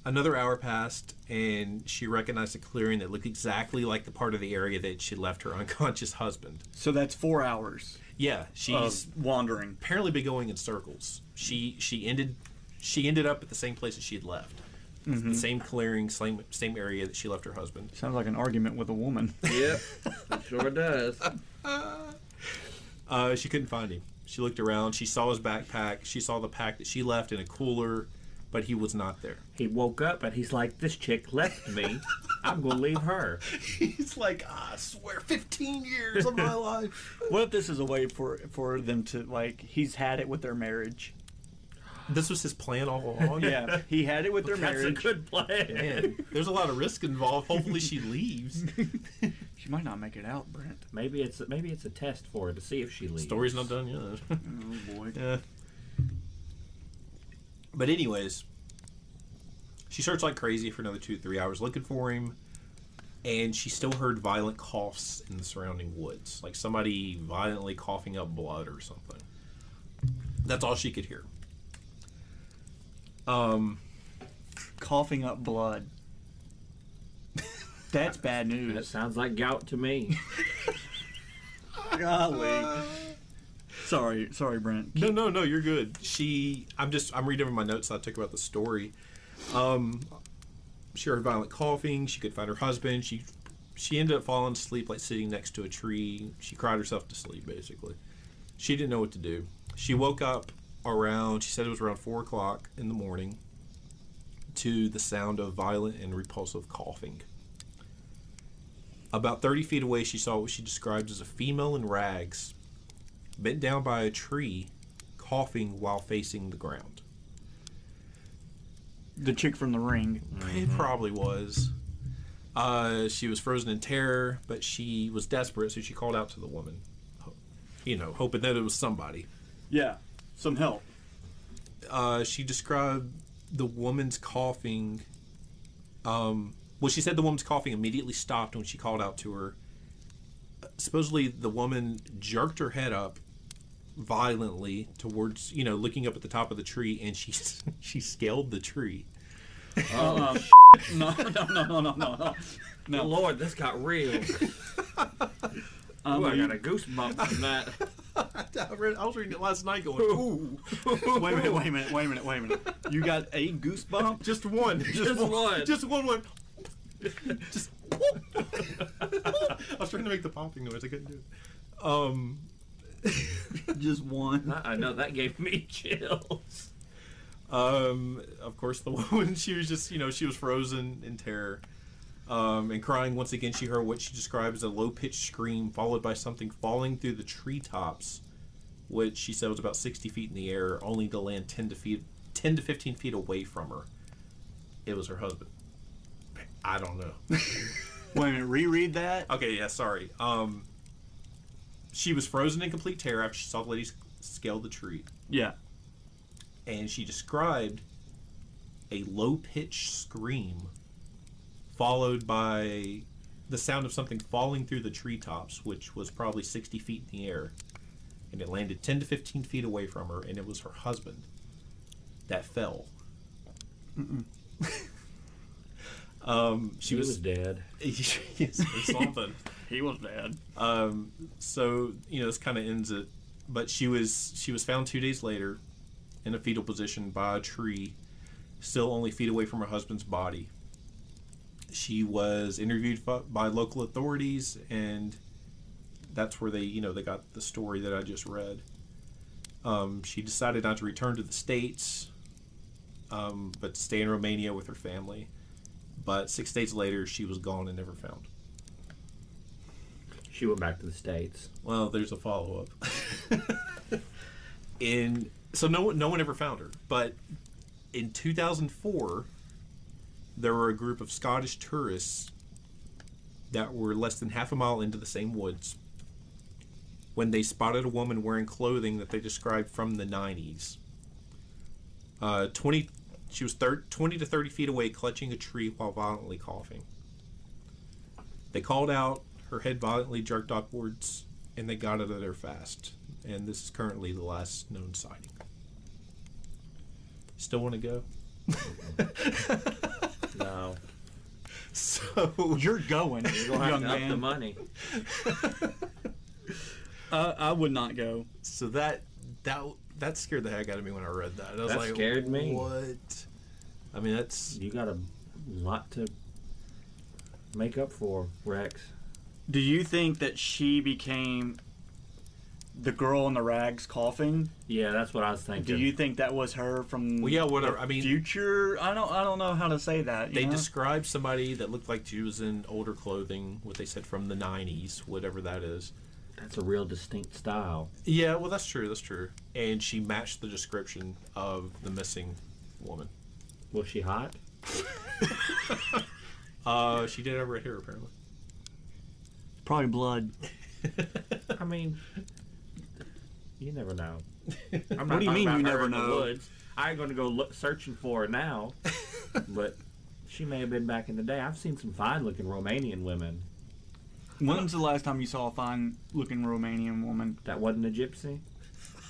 Speaker 2: Another hour passed, and she recognized a clearing that looked exactly like the part of the area that she left her unconscious husband.
Speaker 3: So that's 4 hours
Speaker 2: Yeah, she's
Speaker 3: of wandering.
Speaker 2: apparently been going in circles. She she ended she ended up at the same place that she had left. It's
Speaker 3: Mm-hmm.
Speaker 2: The same clearing, same same area that she left her husband.
Speaker 3: Sounds like an argument with a woman.
Speaker 4: Yep, it sure does.
Speaker 2: Uh, she couldn't find him. She looked around. She saw his backpack. She saw the pack that she left in a cooler, but he was not there.
Speaker 4: He woke up and he's like, "This chick left me. I'm gonna leave her."
Speaker 2: He's like, "Ah, I swear, 15 years of my life.
Speaker 3: What if this is a way for for them to like? He's had it with their marriage.
Speaker 2: This was his plan all along.
Speaker 3: Yeah, he had it with their
Speaker 4: That's a
Speaker 3: marriage.
Speaker 4: good plan.
Speaker 2: Man, there's a lot of risk involved. Hopefully, she leaves.
Speaker 3: she might not make it out, Brent.
Speaker 4: Maybe it's maybe it's a test for her to see if she leaves.
Speaker 2: Story's not done yet.
Speaker 3: Oh boy.
Speaker 2: yeah. But anyways, she searched like crazy for another two, three hours looking for him, and she still heard violent coughs in the surrounding woods, like somebody violently coughing up blood or something. That's all she could hear. Um,
Speaker 3: Coughing up blood. That's bad
Speaker 4: That
Speaker 3: news.
Speaker 4: sounds like gout to me.
Speaker 3: Golly. Sorry, sorry, Brent.
Speaker 2: No, no, no, you're good. She, I'm just, I'm reading over my notes I took about the story. Um, she heard violent coughing. She could find her husband. She, she ended up falling asleep, like sitting next to a tree. She cried herself to sleep, basically. She didn't know what to do. She woke up around, she said it was around four o'clock in the morning to the sound of violent and repulsive coughing. About 30 feet away, she saw what she described as a female in rags bent down by a tree, coughing while facing the ground.
Speaker 3: The chick from the ring.
Speaker 2: It probably was. Uh, she was frozen in terror, but she was desperate, so she called out to the woman, ho- you know, hoping that it was somebody.
Speaker 3: Yeah. Some help.
Speaker 2: Uh, she described the woman's coughing. Um, well, she said the woman's coughing immediately stopped when she called out to her. Supposedly, the woman jerked her head up violently towards, you know, looking up at the top of the tree, and she she scaled the tree.
Speaker 3: Uh, no, no, no, no, no, no, no.
Speaker 4: Oh,
Speaker 3: No.
Speaker 4: Lord, this got real. Um,
Speaker 3: Um,
Speaker 4: Ooh, I got a goosebump from that.
Speaker 2: I, read, I was reading it last night going, ooh,
Speaker 3: wait a minute, wait a minute, wait a minute, wait a minute. You got a goosebump?
Speaker 2: just one.
Speaker 4: Just one.
Speaker 2: Just one, one. just, whoop. I was trying to make the popping noise. I couldn't do it. Um,
Speaker 3: Just one.
Speaker 4: I know that gave me chills.
Speaker 2: um, of course, the woman, she was just, you know, she was frozen in terror. Um, and crying once again, she heard what she described as a low pitched scream, followed by something falling through the treetops, which she said was about 60 feet in the air, only to land 10 to, feet, 10 to 15 feet away from her. It was her husband. I don't know.
Speaker 3: Wait a minute, reread that.
Speaker 2: okay, yeah, sorry. Um, she was frozen in complete terror after she saw the lady s- scale the tree,
Speaker 3: Yeah.
Speaker 2: and she described a low-pitched scream followed by the sound of something falling through the treetops, which was probably 60 feet in the air, and it landed 10 to 15 feet away from her, and it was her husband that fell. um, she
Speaker 4: He was
Speaker 2: was,
Speaker 4: dead.
Speaker 2: yes, or something.
Speaker 3: He was dead.
Speaker 2: so you know this kind of ends it but she was she was found two days later in a fetal position by a tree still only feet away from her husband's body she was interviewed fo- by local authorities and that's where they you know they got the story that i just read um, she decided not to return to the states um, but to stay in romania with her family but six days later she was gone and never found
Speaker 4: She went back to the states.
Speaker 2: Well, there's a follow up. in so no one no one ever found her, but in 2004, there were a group of Scottish tourists that were less than half a mile into the same woods when they spotted a woman wearing clothing that they described from the 90s. Uh, 20 she was thir- 20 to 30 feet away clutching a tree while violently coughing. They called out, her head violently jerked upwards, and they got out of there fast. And this is currently the last known sighting. Still want to go?
Speaker 4: No.
Speaker 2: So,
Speaker 3: You're going,
Speaker 4: We'll have
Speaker 3: young
Speaker 4: to up the
Speaker 3: man.
Speaker 4: money.
Speaker 3: Uh, I would not go.
Speaker 2: so that that that scared the heck out of me when I read that. I was
Speaker 4: That
Speaker 2: like,
Speaker 4: scared me.
Speaker 2: What? I mean, that's
Speaker 4: You got a lot to make up for, Rex.
Speaker 3: Do you think that she became the girl in the rags coughing?
Speaker 4: Yeah, that's what I was thinking.
Speaker 3: Do you think that was her from?
Speaker 2: well, yeah. Whatever.
Speaker 3: the
Speaker 2: I mean,
Speaker 3: future. I don't. I don't know how to say that. you
Speaker 2: they
Speaker 3: know?
Speaker 2: described somebody that looked like she was in older clothing. What they said from the '90s, whatever that is.
Speaker 4: that's a real distinct style.
Speaker 2: Yeah, well, that's true. That's true. And she matched the description of the missing woman.
Speaker 4: Was she hot?
Speaker 2: Uh, she did have red hair, apparently.
Speaker 3: probably blood.
Speaker 4: I mean, you never know. I'm
Speaker 3: What do you
Speaker 4: talking
Speaker 3: mean
Speaker 4: about
Speaker 3: you
Speaker 4: her
Speaker 3: never
Speaker 4: in the
Speaker 3: know?
Speaker 4: woods. I ain't gonna go look searching for her now, but she may have been back in the day. I've seen some fine-looking Romanian women.
Speaker 3: When's the last time you saw a fine-looking Romanian woman?
Speaker 4: That wasn't a gypsy.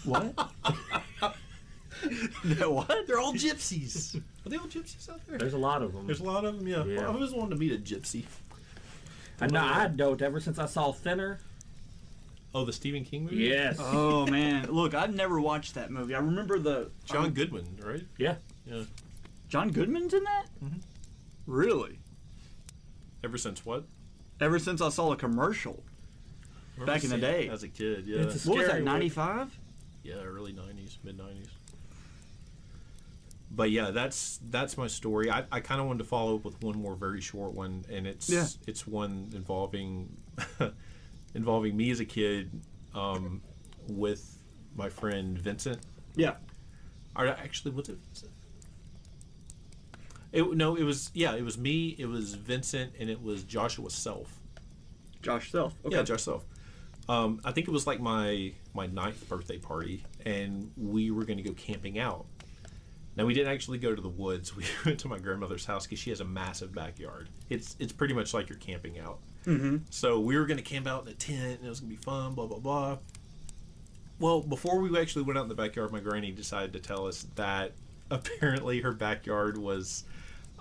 Speaker 3: What? what?
Speaker 2: They're all gypsies. Are they all gypsies out there?
Speaker 4: There's a lot of them.
Speaker 2: There's a lot of them. Yeah,
Speaker 4: Yeah.
Speaker 2: Well, I've always wanted to meet a gypsy.
Speaker 4: I know. I don't. Ever since I saw Thinner.
Speaker 2: Oh, the Stephen King movie.
Speaker 4: Yes.
Speaker 3: Oh man, look, I've never watched that movie. I remember the um,
Speaker 2: John Goodman, right?
Speaker 4: yeah.
Speaker 2: Yeah.
Speaker 3: John Goodman's in that. Really?
Speaker 2: Ever since what?
Speaker 3: Ever since I saw a commercial,
Speaker 2: Remember
Speaker 3: Back in the
Speaker 2: seeing it
Speaker 3: day.
Speaker 2: as a kid. Yeah.
Speaker 4: It's a
Speaker 3: what was
Speaker 4: scary
Speaker 3: that?
Speaker 4: look.
Speaker 3: Ninety-five?
Speaker 2: Yeah, early '90s, mid '90s. But yeah, that's that's my story. I, I kind of wanted to follow up with one more very short one, and it's
Speaker 3: Yeah.
Speaker 2: it's one involving involving me as a kid um, with my friend Vincent.
Speaker 3: Yeah.
Speaker 2: Or actually, was it Vincent? It, no, it was yeah, it was me, it was Vincent, and it was Joshua Self.
Speaker 3: Josh Self. Okay.
Speaker 2: Yeah, Josh Self. Um, I think it was like my my ninth birthday party, and we were going to go camping out. Now we didn't actually go to the woods. We went to my grandmother's house because she has a massive backyard. It's it's pretty much like you're camping out. Mm-hmm. So we were going to camp out in a tent, and it was going to be fun. Blah blah blah. Well, before we actually went out in the backyard, my granny decided to tell us that apparently her backyard was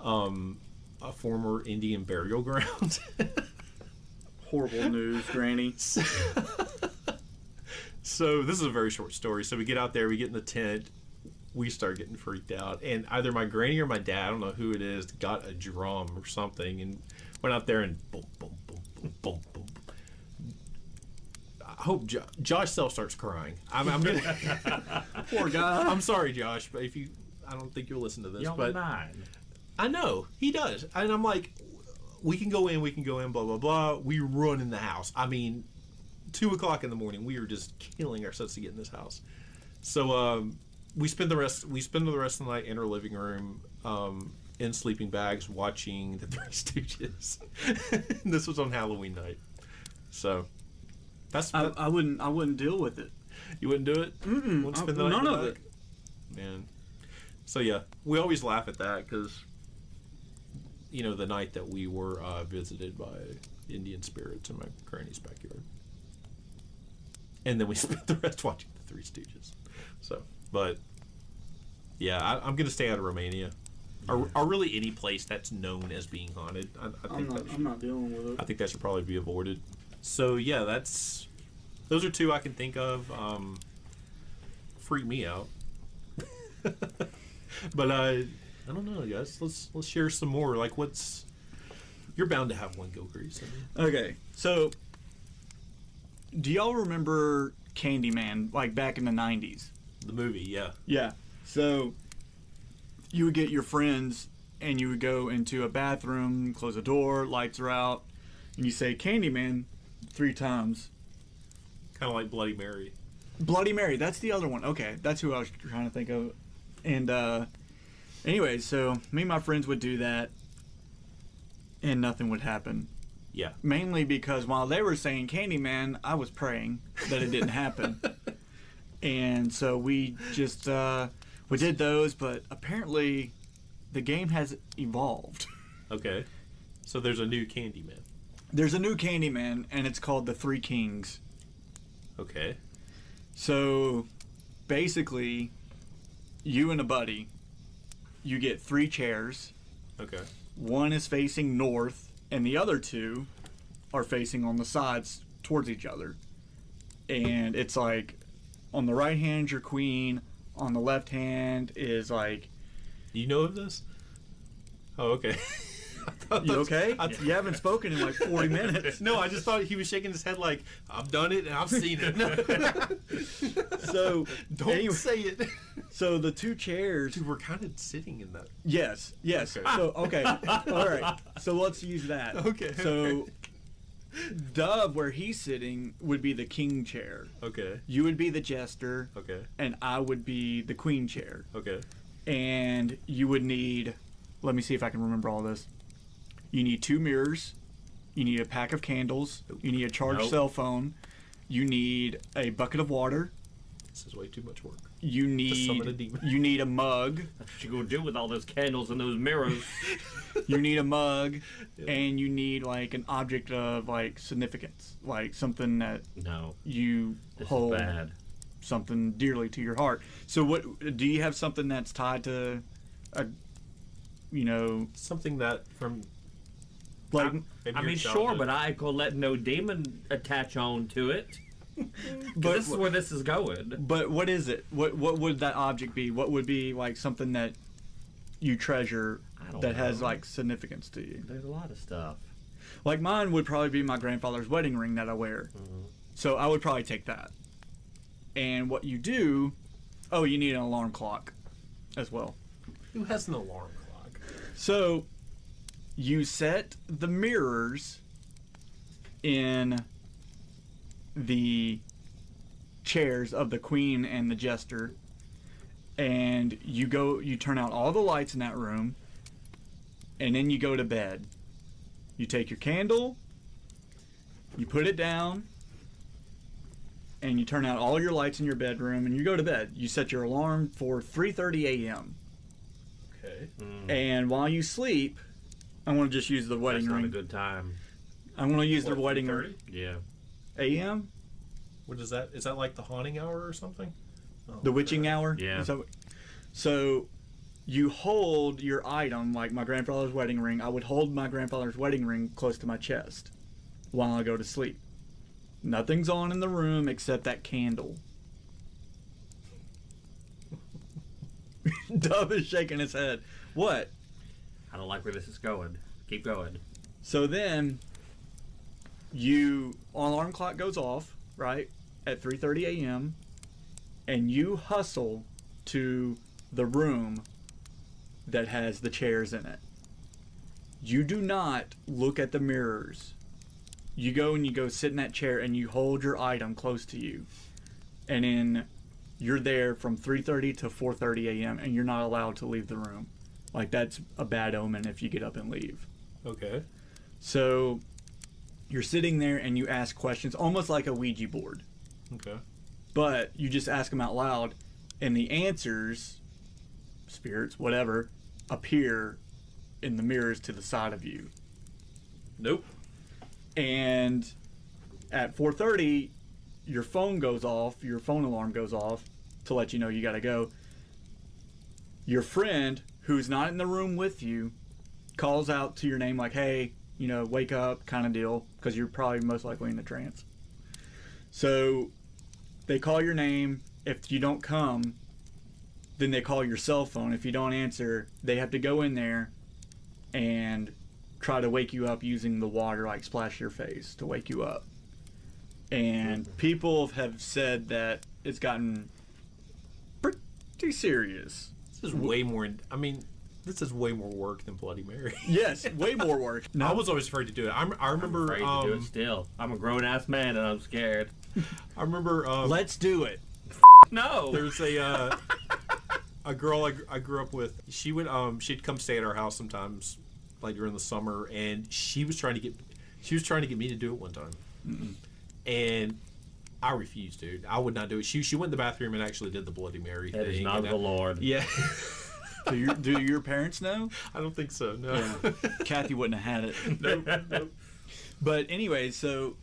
Speaker 2: um, a former Indian burial ground.
Speaker 3: Horrible news, Granny.
Speaker 2: So this is a very short story. So we get out there, we get in the tent, we start getting freaked out, and either my granny or my dad, I don't know who it is, got a drum or something and went out there and boom, boom, boom, boom, boom, boom. I hope jo- Josh Self starts crying. I'm, I'm, gonna,
Speaker 3: Poor guy.
Speaker 2: I'm sorry, Josh, but if you, I don't think you'll listen to this,
Speaker 4: Y'all
Speaker 2: but
Speaker 4: nine.
Speaker 2: I know he does, and I'm like, we can go in, we can go in, blah blah blah. We run in the house. I mean, two o'clock in the morning, we were just killing ourselves to get in this house. So um, we spend the rest we spend the rest of the night in her living room. Um, in sleeping bags watching The Three Stooges. this was on Halloween night. So that's
Speaker 3: I,
Speaker 2: that-
Speaker 3: I wouldn't. I wouldn't deal with it.
Speaker 2: you wouldn't do it. Mm-mm,
Speaker 3: I- Uh, none of it.
Speaker 2: man. So yeah, we always laugh at that because you know the night that we were uh, visited by Indian spirits in my granny's backyard, and then we spent the rest watching the Three Stooges. So, but yeah, I, I'm gonna stay out of Romania, or, or really any place that's known as being haunted. I, I think Uh,
Speaker 3: I'm not.
Speaker 2: that
Speaker 3: I'm not dealing with
Speaker 2: I
Speaker 3: it.
Speaker 2: think that should probably be avoided. So yeah, that's those are two I can think of. Um, freak me out, but uh, I don't know, guys. Let's let's share some more. Like, what's you're bound to have one go grease. I mean.
Speaker 3: Okay, so do y'all remember Candyman like back in the '90s?
Speaker 2: The movie, yeah,
Speaker 3: Yeah. So you would get your friends and you would go into a bathroom, close a door, lights are out, and you say Candyman three times.
Speaker 2: kind of like Bloody Mary.
Speaker 3: Bloody Mary, that's the other one. Okay, that's who I was trying to think of. And uh anyway, so me and my friends would do that and nothing would happen.
Speaker 2: Yeah,
Speaker 3: Mainly because while they were saying Candyman, I was praying that it didn't happen. and so we just uh, we did those, but apparently the game has evolved.
Speaker 2: okay. So there's a new Candyman.
Speaker 3: There's a new Candyman, and it's called the Three Kings.
Speaker 2: Okay,
Speaker 3: So basically, you and a buddy, you get three chairs.
Speaker 2: okay,
Speaker 3: One is facing north, and the other two are facing on the sides towards each other. And it's like on the right hand, your queen, on the left hand is like,
Speaker 2: you know of this? Oh, okay. I thought
Speaker 3: you
Speaker 2: that was-
Speaker 3: okay?
Speaker 2: I-
Speaker 3: You haven't spoken in like 40 minutes.
Speaker 2: No, I just thought he was shaking his head like I've done it and I've seen it.
Speaker 3: So,
Speaker 2: Don't
Speaker 3: anyway,
Speaker 2: say it.
Speaker 3: so the two chairs.
Speaker 2: Dude, we're kind of sitting in that.
Speaker 3: Yes, yes.
Speaker 2: Okay.
Speaker 3: So, okay. All right. So let's use that.
Speaker 2: Okay,
Speaker 3: So, Dove, where he's sitting, would be the king chair.
Speaker 2: Okay.
Speaker 3: You would be the jester,
Speaker 2: Okay.
Speaker 3: and I would be the queen chair.
Speaker 2: Okay.
Speaker 3: and you would need let me see if I can remember all this. You need two mirrors, you need a pack of candles, you need a charged
Speaker 2: Nope.
Speaker 3: cell phone, you need a bucket of water,
Speaker 2: This is way too much work.
Speaker 3: you
Speaker 2: summon a
Speaker 3: need
Speaker 2: demon.
Speaker 3: you need a mug,
Speaker 4: What you gonna do with all those candles and those mirrors?
Speaker 3: you need a mug,
Speaker 2: Yeah.
Speaker 3: and you need like an object of like significance, like something that
Speaker 4: no,
Speaker 3: you
Speaker 4: this
Speaker 3: hold
Speaker 4: is bad.
Speaker 3: something dearly to your heart. So what do you have something that's tied to a you know
Speaker 2: Something that from.
Speaker 3: like
Speaker 2: maybe
Speaker 4: I
Speaker 2: your
Speaker 4: mean, sure,
Speaker 2: childhood-
Speaker 4: but I ain't gonna let no demon attach on to it. 'Cause
Speaker 3: But-
Speaker 4: this is where this is going.
Speaker 3: But what is it? What what would that object be? What would be like something that you treasure
Speaker 4: I don't
Speaker 3: that has
Speaker 4: know.
Speaker 3: like significance to you?
Speaker 4: There's a lot of stuff.
Speaker 3: Like mine would probably be my grandfather's wedding ring that I wear. So I would probably take that. And what you do? Oh, you need an alarm clock as well.
Speaker 2: Who has an alarm clock?
Speaker 3: So you set the mirrors in the chairs of the queen and the jester and you go you turn out all the lights in that room and then you go to bed. You take your candle, you put it down, and you turn out all your lights in your bedroom and you go to bed. You set your alarm for 3:30 a.m.
Speaker 2: Okay.
Speaker 3: Mm-hmm. And while you sleep, I want to just use the
Speaker 4: That's
Speaker 3: wedding
Speaker 4: not a
Speaker 3: ring.
Speaker 4: good time.
Speaker 3: I want to use the
Speaker 2: What,
Speaker 3: wedding ring.
Speaker 2: 3:30?
Speaker 4: Yeah.
Speaker 3: A.M.
Speaker 2: What is that? Is that like the haunting hour or something? Oh,
Speaker 3: The witching
Speaker 2: crap.
Speaker 3: hour.
Speaker 4: Yeah.
Speaker 3: So, so you hold your item like my grandfather's wedding ring. I would hold my grandfather's wedding ring close to my chest while I go to sleep. Nothing's on in the room except that candle. Dove is shaking his head. What?
Speaker 4: I don't like where this is going. Keep going.
Speaker 3: So then you alarm clock goes off, right? At 3:30 a.m. and you hustle to the room that has the chairs in it. You do not look at the mirrors. You go and you go sit in that chair and you hold your item close to you. And then you're there from 3:30 to 4:30 a.m. and you're not allowed to leave the room Like that's a bad omen if you get up and leave.
Speaker 2: Okay.
Speaker 3: So you're sitting there and you ask questions, almost like a Ouija board,
Speaker 2: Okay.
Speaker 3: but you just ask them out loud, and the answers, spirits, whatever, appear in the mirrors to the side of you.
Speaker 2: Nope.
Speaker 3: and at 4.30 your phone goes off your phone alarm goes off to let you know you gotta go your friend who's not in the room with you calls out to your name like hey you know wake up kind of deal because you're probably most likely in a trance so they call your name if you don't come then they call your cell phone if you don't answer they have to go in there and try to wake you up using the water, like splash your face to wake you up. And people have said that it's gotten pretty serious.
Speaker 2: This is way more. I mean, this is way more work than Bloody Mary.
Speaker 3: Yes, way more work.
Speaker 2: I was always afraid to do it. I'm, I
Speaker 4: I'm
Speaker 2: remember.
Speaker 4: afraid to do it
Speaker 2: um,
Speaker 4: still. I'm a grown ass man and I'm scared.
Speaker 2: I remember. Um,
Speaker 3: Let's do it.
Speaker 4: No.
Speaker 2: There's a uh, a girl I, gr- I grew up with. She would um she'd come stay at our house sometimes, like during the summer, and she was trying to get she was trying to get me to do it one time, and I refused, dude. I would not do it. She she went in the bathroom and actually did the Bloody Mary
Speaker 4: That
Speaker 2: thing.
Speaker 4: is not
Speaker 2: and
Speaker 4: the
Speaker 2: I-
Speaker 4: Lord.
Speaker 2: Yeah,
Speaker 3: Do your, do your parents know?
Speaker 2: I don't think so. No.
Speaker 3: Kathy wouldn't have had it. But anyway, so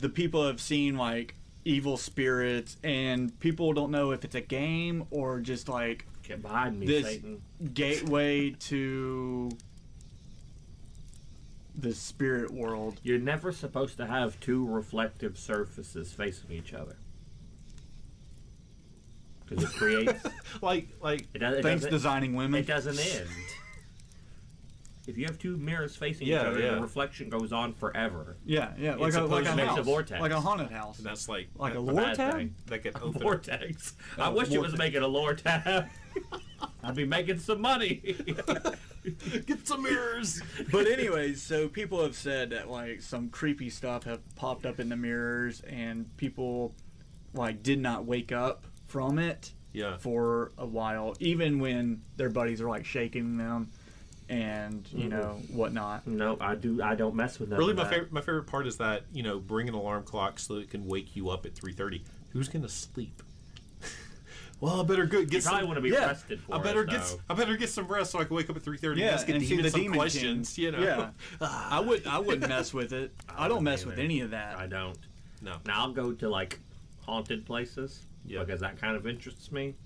Speaker 3: the people have seen like evil spirits, and people don't know if it's a game or just like
Speaker 4: Get behind me,
Speaker 3: This-
Speaker 4: Satan.
Speaker 3: gateway to the spirit world.
Speaker 4: You're never supposed to have two reflective surfaces facing each other. Because it creates.
Speaker 2: like like
Speaker 4: It, does, it,
Speaker 3: Thanks,
Speaker 4: doesn't,
Speaker 3: designing women.
Speaker 2: Mm.
Speaker 4: it doesn't end. If you have two mirrors facing
Speaker 2: Yeah,
Speaker 4: each other,
Speaker 2: yeah.
Speaker 4: the reflection goes on forever.
Speaker 3: Yeah, yeah, like
Speaker 2: It's
Speaker 3: a like
Speaker 2: supposed
Speaker 3: a
Speaker 2: to make
Speaker 3: house,
Speaker 4: the vortex.
Speaker 3: like a haunted house,
Speaker 2: and that's like
Speaker 3: like a
Speaker 2: that,
Speaker 3: lore
Speaker 4: bad
Speaker 3: tab.
Speaker 4: thing.
Speaker 2: that could open.
Speaker 4: Vortex. I wish it was
Speaker 3: vortex.
Speaker 4: making a lore tab. I'd be making some money.
Speaker 2: Get some mirrors.
Speaker 3: But anyways, so people have said that like some creepy stuff have popped up in the mirrors, and people like did not wake up from it
Speaker 2: Yeah.
Speaker 3: for a while, even when their buddies are like shaking them and you know whatnot.
Speaker 4: no, I do. I don't mess with that.
Speaker 2: Really, my favorite my favorite part is that you know bring an alarm clock so it can wake you up at three thirty. Who's gonna sleep? well, I better go get
Speaker 4: Probably
Speaker 2: some.
Speaker 4: want to be
Speaker 3: Yeah,
Speaker 4: arrested for
Speaker 2: I better
Speaker 4: it,
Speaker 2: get
Speaker 4: though.
Speaker 2: s- I better get some rest so I can wake up at three thirty. Yeah, and ask a
Speaker 3: and
Speaker 2: demon some questions.
Speaker 3: Kings.
Speaker 2: You know. Ah.
Speaker 3: Yeah, I would. I wouldn't mess with it. I don't
Speaker 4: wouldn't
Speaker 3: mess with
Speaker 4: either.
Speaker 3: any of that.
Speaker 4: I don't.
Speaker 2: No.
Speaker 4: Now I'll go to like haunted places
Speaker 2: Yeah.
Speaker 4: because that kind of interests me.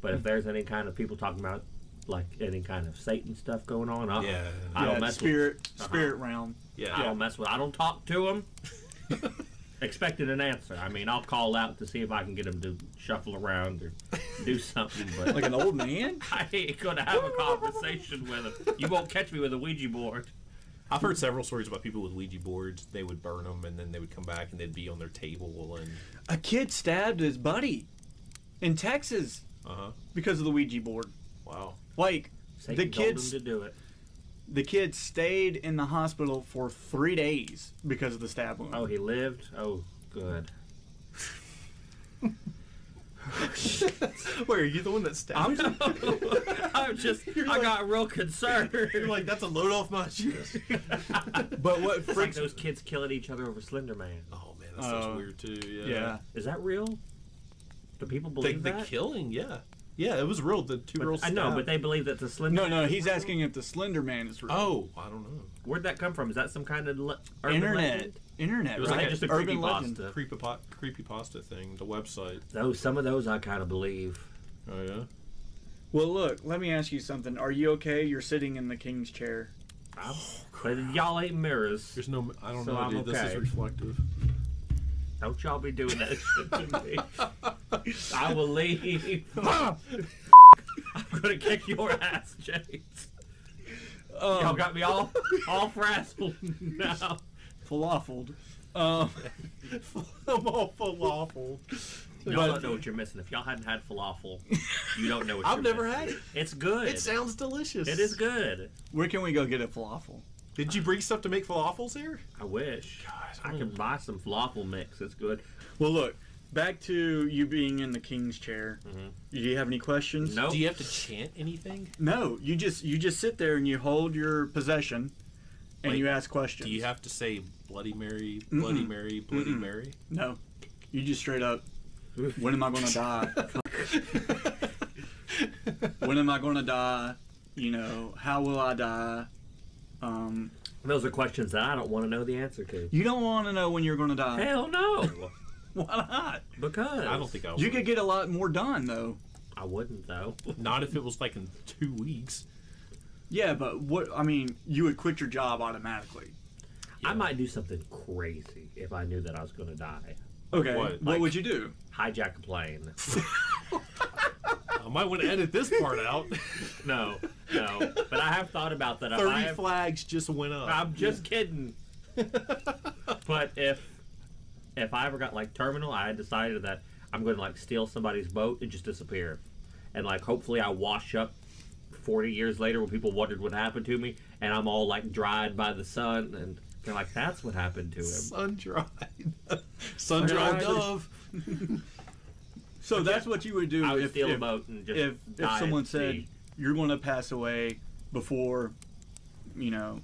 Speaker 4: But if there's any kind of people talking about like any kind of Satan stuff going on, I,
Speaker 2: Yeah.
Speaker 4: I don't
Speaker 3: Yeah,
Speaker 4: mess
Speaker 3: spirit,
Speaker 4: Uh-huh.
Speaker 3: spirit realm.
Speaker 2: Yeah.
Speaker 4: with. I don't mess with. I don't talk to them. expecting an answer. I mean, I'll call out to see if I can get them to shuffle around or do something, but
Speaker 3: Like an old man?
Speaker 4: I ain't gonna have a conversation with them. You won't catch me with a Ouija board.
Speaker 2: I've heard several stories about people with Ouija boards. They would burn them and then they would come back and they'd be on their table and
Speaker 3: A kid stabbed his buddy in Texas
Speaker 2: uh huh.
Speaker 3: because of the Ouija board.
Speaker 2: Wow.
Speaker 3: Like
Speaker 4: Satan
Speaker 3: the
Speaker 4: told
Speaker 3: kids,
Speaker 4: them to do it.
Speaker 3: the kid stayed in the hospital for three days because of the stab wound.
Speaker 4: Oh, he lived. Oh, good.
Speaker 2: Wait, are you the one that stabbed? I'm
Speaker 4: I'm just. I got real concerned.
Speaker 2: like that's a load off my chest.
Speaker 3: But what
Speaker 4: It's like
Speaker 3: freaks?
Speaker 4: those kids killing each other over Slender Man.
Speaker 2: Oh man, that sounds
Speaker 3: Oh.
Speaker 2: weird too.
Speaker 3: yeah,
Speaker 4: Is that real? Do people
Speaker 2: The,
Speaker 4: believe
Speaker 2: the
Speaker 4: that?
Speaker 2: killing, yeah, yeah, it was real. The two
Speaker 4: But-
Speaker 2: girls.
Speaker 4: I know,
Speaker 2: stabbed.
Speaker 4: but they believe that the Slender.
Speaker 3: no, no. He's asking if the Slender Man is real.
Speaker 2: Oh, I don't know.
Speaker 4: Where'd that come from? Is that some kind of le- urban
Speaker 3: internet,
Speaker 4: legend?
Speaker 3: internet.
Speaker 2: It was
Speaker 4: Or is
Speaker 3: right?
Speaker 4: that just a
Speaker 3: urban
Speaker 4: creepy
Speaker 3: legend.
Speaker 4: pasta?
Speaker 2: Creepy po- creepy pasta thing. The website.
Speaker 4: Those, some of those I kind of believe.
Speaker 2: Oh yeah.
Speaker 3: Well, look. Let me ask you something. Are you okay? You're sitting in the king's chair.
Speaker 4: I'm, but y'all ain't mirrors.
Speaker 2: There's no. I don't
Speaker 4: So
Speaker 2: know,
Speaker 4: I'm
Speaker 2: dude. This
Speaker 4: okay.
Speaker 2: is reflective.
Speaker 4: Don't y'all be doing that shit to me. I will leave. I'm gonna kick your ass, James.
Speaker 2: Um,
Speaker 4: y'all got me all all frazzled now.
Speaker 3: Falafeled. Um,
Speaker 2: I'm all falafel.
Speaker 4: Y'all don't know what you're missing. If y'all hadn't had falafel, you don't know what
Speaker 2: I've
Speaker 4: you're
Speaker 2: never
Speaker 4: missing.
Speaker 2: had it.
Speaker 4: It's good.
Speaker 2: It sounds delicious.
Speaker 4: it is good.
Speaker 3: where can we go get a falafel?
Speaker 2: Did you bring stuff to make falafels here?
Speaker 4: I wish
Speaker 2: Guys,
Speaker 4: I could buy some falafel mix. It's good.
Speaker 3: Well, look, back to you being in the king's chair.
Speaker 2: Mm-hmm.
Speaker 3: Do you have any questions?
Speaker 4: No.
Speaker 2: Do you have to chant anything?
Speaker 3: No, you just you just sit there and you hold your possession, and
Speaker 2: Wait,
Speaker 3: you ask questions.
Speaker 2: Do you have to say Bloody Mary, Bloody Mary, Bloody Mary?
Speaker 3: no? You just straight up. When am I gonna die? when am I gonna die? You know, how will I die? Um,
Speaker 4: Those are questions that I don't want to know the answer to.
Speaker 3: you don't want to know when you're gonna die.
Speaker 4: Hell no,
Speaker 3: Why not?
Speaker 4: because
Speaker 2: I don't think I would.
Speaker 3: You could get a lot more done though.
Speaker 4: I wouldn't though.
Speaker 2: Not if it was like in two weeks.
Speaker 3: Yeah, but what? I mean, you would quit your job automatically.
Speaker 4: I might do something crazy if I knew that I was going to die.
Speaker 3: Okay.
Speaker 2: what?
Speaker 3: What,
Speaker 2: Like-
Speaker 3: would you do?
Speaker 4: Hijack a plane.
Speaker 2: I might want to edit this part out.
Speaker 4: No, no. But I have thought about that. If I
Speaker 2: Thirty
Speaker 4: have-
Speaker 2: flags just went up.
Speaker 4: I'm just kidding. but if if I ever got like terminal, I had decided that I'm going to like steal somebody's boat and just disappear, and like hopefully I wash up. 40 years later when people wondered what happened to me and I'm all like dried by the sun and they're like that's what happened to him
Speaker 2: sun dried. sun dried
Speaker 4: Dried.
Speaker 2: dove.
Speaker 3: So that's what you would do
Speaker 4: I would
Speaker 3: if,
Speaker 4: steal
Speaker 3: if,
Speaker 4: a boat and just
Speaker 3: if, if
Speaker 4: die at
Speaker 3: someone said
Speaker 4: sea.
Speaker 3: you're going to pass away before, you know,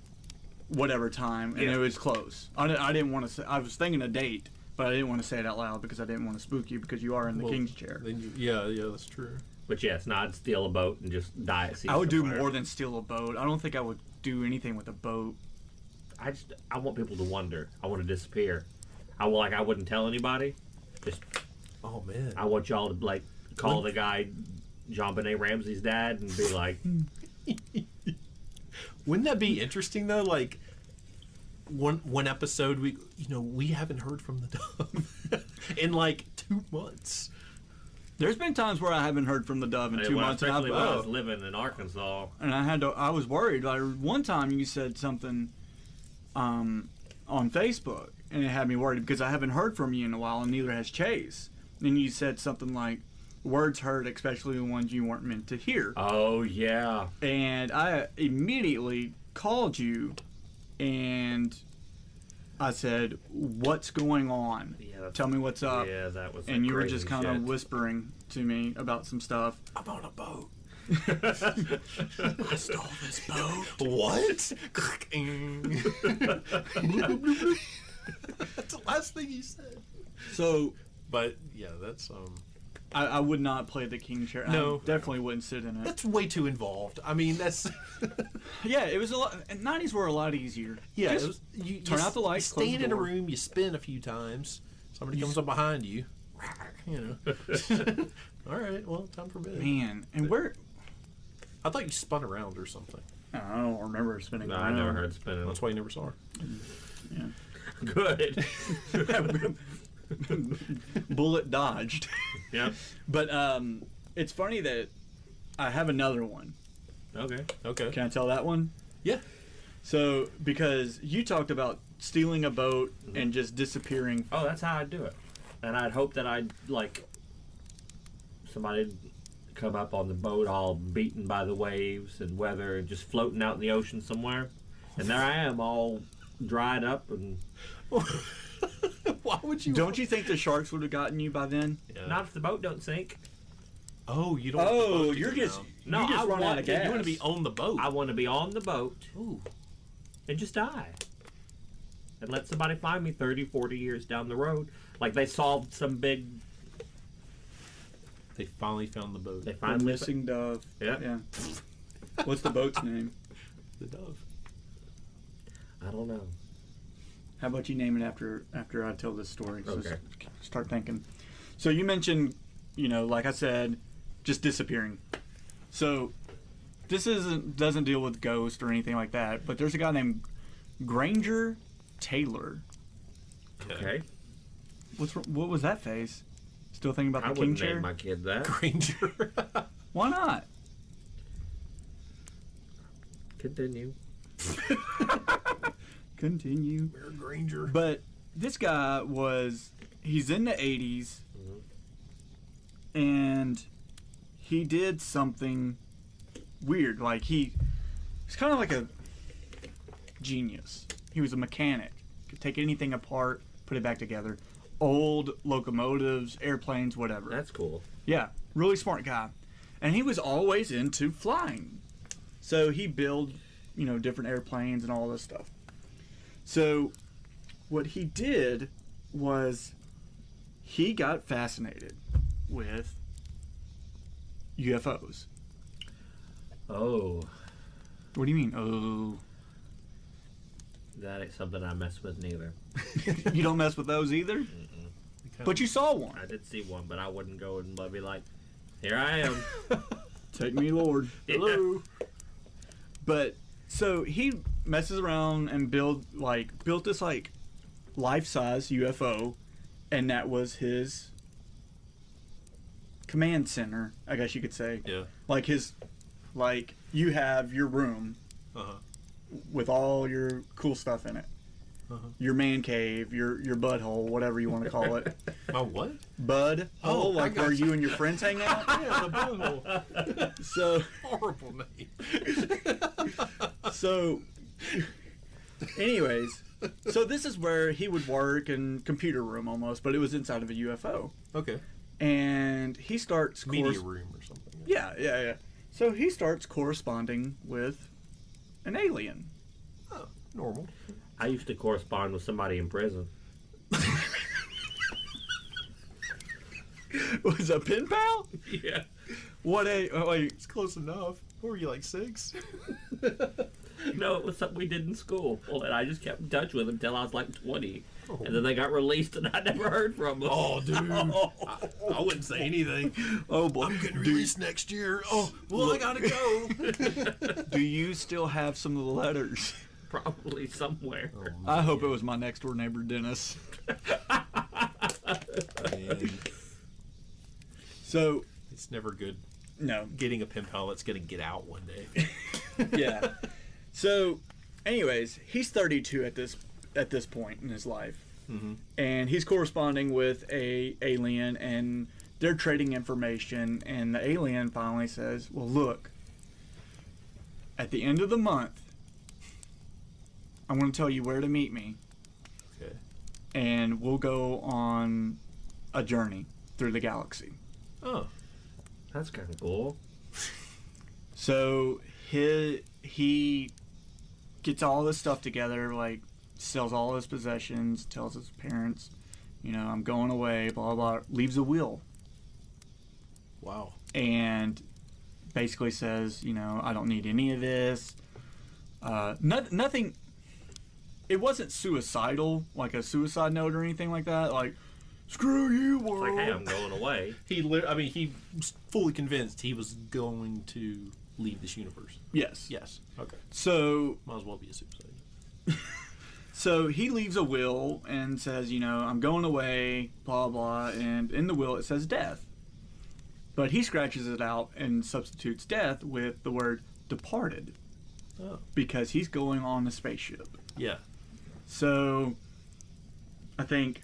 Speaker 3: whatever time, and
Speaker 4: Yeah.
Speaker 3: it was close. I, di- I didn't want to say. I was thinking a date, but I didn't want to say it out loud because I didn't want to spook you because you are in the
Speaker 2: Well,
Speaker 3: king's chair.
Speaker 2: Then you- yeah, yeah, that's true.
Speaker 4: but yes no I'd steal a boat and just die at sea
Speaker 3: I would do
Speaker 4: somewhere.
Speaker 3: more than steal a boat. I don't think I would do anything with a boat.
Speaker 4: I just I want people to wonder I want to disappear I will like I wouldn't tell anybody just
Speaker 2: Oh man.
Speaker 4: I want y'all to like call the guy John Benet Ramsey's dad and be like,
Speaker 2: Wouldn't that be interesting though? Like one one episode we you know, we haven't heard from the dove in like two months.
Speaker 3: There's been times where I haven't heard from the dove in
Speaker 4: Hey,
Speaker 3: two
Speaker 4: when I-
Speaker 3: months, and I've,
Speaker 4: especially when I was
Speaker 3: oh.
Speaker 4: living in Arkansas.
Speaker 3: and I had to. I was worried. Like one time, you said something um, on Facebook, and it had me worried because I haven't heard from you in a while, and neither has Chase. And you said something like, "Words hurt, especially the ones you weren't meant to hear."
Speaker 4: Oh yeah,
Speaker 3: and I immediately called you, and I said, "What's going on?
Speaker 4: Yeah, that's-
Speaker 3: Tell me what's up."
Speaker 4: yeah, that was.
Speaker 3: Uh, And you were just
Speaker 4: kind of
Speaker 3: whispering to me about some stuff.
Speaker 2: I'm on a boat. I stole this boat. What? that's the last thing you said.
Speaker 3: So
Speaker 2: But yeah, that's um
Speaker 3: I, I would not play the king chair.
Speaker 2: No.
Speaker 3: I definitely wouldn't sit in it.
Speaker 2: that's way too involved. I mean, that's
Speaker 3: Yeah, it was a lot. and Nineties were a lot easier.
Speaker 2: yeah.
Speaker 3: Just
Speaker 2: it was- you,
Speaker 3: turn
Speaker 2: you
Speaker 3: out
Speaker 2: s-
Speaker 3: the lights,
Speaker 2: You
Speaker 3: close the
Speaker 2: stand in a
Speaker 3: door.
Speaker 2: room, you spin a few times. Somebody comes up behind you. You know. All right. Well, time for bed.
Speaker 3: man. And where?
Speaker 2: I thought you spun around or something.
Speaker 3: I don't remember spinning.
Speaker 4: No, I never heard spinning.
Speaker 2: That's why you never saw her.
Speaker 4: Good.
Speaker 3: Bullet dodged.
Speaker 4: yeah.
Speaker 3: but um, it's funny that I have another one.
Speaker 4: Okay.
Speaker 2: Okay.
Speaker 3: Can I tell that one?
Speaker 2: Yeah.
Speaker 3: So because you talked about stealing a boat and just disappearing.
Speaker 4: Mm-hmm. Oh, that's how I'd do it. And I'd hope that I'd like somebody'd come up on the boat all beaten by the waves and weather and just floating out in the ocean somewhere. And there I am all dried up and
Speaker 2: why would you?
Speaker 3: Don't you think the sharks would have gotten you by then?
Speaker 2: Yeah.
Speaker 4: not if the boat don't sink.
Speaker 2: Oh, you don't. want the boat
Speaker 3: Oh,
Speaker 2: to
Speaker 3: you're
Speaker 2: go
Speaker 3: just
Speaker 2: down.
Speaker 4: No,
Speaker 3: you just
Speaker 4: I
Speaker 3: run out
Speaker 4: want-
Speaker 3: of
Speaker 4: yeah,
Speaker 3: gas.
Speaker 4: you
Speaker 2: You want to be on the boat?
Speaker 4: I want to be on the boat
Speaker 2: Ooh.
Speaker 4: and just die. And let somebody find me 30, 40 years down the road. Like they solved some big.
Speaker 2: They finally found the boat.
Speaker 4: They
Speaker 3: The
Speaker 4: finally.
Speaker 3: missing dove.
Speaker 4: Yeah.
Speaker 3: Yeah. What's the boat's name?
Speaker 2: The dove.
Speaker 4: I don't know.
Speaker 3: How about you name it after after I tell this story? So
Speaker 4: Okay.
Speaker 3: s- Start thinking. So you mentioned, you know, like I said, just disappearing. So this isn't doesn't deal with ghosts or anything like that. But there's a guy named Granger Taylor.
Speaker 4: Okay.
Speaker 3: What's wr- what was that face? Still thinking about
Speaker 4: I
Speaker 3: the king
Speaker 4: wouldn't
Speaker 3: chair?
Speaker 4: name my kid that.
Speaker 2: Granger.
Speaker 3: Why not?
Speaker 4: Continue.
Speaker 3: Continue.
Speaker 2: Granger.
Speaker 3: But this guy was he's in the 80s and he did something weird like he he's kind of like a genius. He was a mechanic. Could take anything apart, put it back together. old locomotives, airplanes, whatever.
Speaker 4: That's cool.
Speaker 3: Yeah, really smart guy. And he was always into flying. So he built, you know, different airplanes and all this stuff. So what he did was he got fascinated with UFOs.
Speaker 4: Oh,
Speaker 3: What do you mean? Oh,
Speaker 4: that ain't something I mess with neither.
Speaker 3: you don't mess with those either? But you saw one.
Speaker 4: I did see one, but I wouldn't go and be like, here I am.
Speaker 3: Take me, Lord. Hello. But so he messes around and build like built this like life size UFO, and that was his command center, I guess you could say.
Speaker 2: Yeah.
Speaker 3: Like his, like you have your room
Speaker 2: Uh-huh.
Speaker 3: with all your cool stuff in it.
Speaker 2: Uh-huh.
Speaker 3: Your man cave, your your butthole, whatever you want to call it,
Speaker 2: My what?
Speaker 3: bud hole,
Speaker 2: Oh, I
Speaker 3: like
Speaker 2: got
Speaker 3: where
Speaker 2: you.
Speaker 3: you and your friends hang out.
Speaker 2: Yeah, the butthole.
Speaker 3: so
Speaker 2: Horrible name.
Speaker 3: So, anyways, so this is where he would work in computer room almost, but it was inside of a UFO.
Speaker 2: Okay.
Speaker 3: And he starts
Speaker 2: Media
Speaker 3: corres-
Speaker 2: room or something.
Speaker 3: Yeah, yeah, yeah. So he starts corresponding with an alien.
Speaker 2: Oh, normal.
Speaker 4: I used to correspond with somebody in prison.
Speaker 3: was a pen pal?
Speaker 4: Yeah.
Speaker 3: What a oh, wait,
Speaker 2: It's close enough. What were you like six?
Speaker 4: No, it was something we did in school, and I just kept in touch with them until I was like 20. And then they got released, and I never heard from them.
Speaker 2: Oh, dude. I, I wouldn't say anything.
Speaker 3: oh boy.
Speaker 2: I'm getting released next year. Oh, well, I gotta go.
Speaker 3: Do you still have some of the letters?
Speaker 4: Probably somewhere.
Speaker 2: Oh,
Speaker 3: I hope it was my next door neighbor Dennis.
Speaker 2: Man,
Speaker 3: So
Speaker 2: it's never good
Speaker 3: no,
Speaker 2: getting a pen pal that's gonna get out one day.
Speaker 3: yeah. So, anyways, he's 32 at this at this point in his life, and he's corresponding with a alien, and they're trading information. And the alien finally says, "Well, look, at the end of the month, I'm going to tell you where to meet me,
Speaker 2: Okay.
Speaker 3: and we'll go on a journey through the galaxy."
Speaker 2: Oh.
Speaker 4: That's kind of cool.
Speaker 3: So he he gets all this stuff together, like sells all his possessions, tells his parents, you know, I'm going away, blah blah. Leaves a will
Speaker 5: Wow.
Speaker 3: and basically says, you know, I don't need any of this. Uh, not, nothing. It wasn't suicidal, like a suicide note or anything like that. Like, screw you,
Speaker 4: It's
Speaker 3: world.
Speaker 4: like, hey, I'm going away.
Speaker 2: He, li- I mean, he was fully convinced he was going to leave this universe.
Speaker 3: Yes.
Speaker 2: Yes. Okay.
Speaker 3: So
Speaker 2: Might as well be a suicide.
Speaker 3: So he leaves a will and says, you know, I'm going away, blah blah, and in the will it says death. But he scratches it out and substitutes death with the word departed
Speaker 2: Oh.
Speaker 3: because he's going on a spaceship.
Speaker 2: Yeah.
Speaker 3: So I think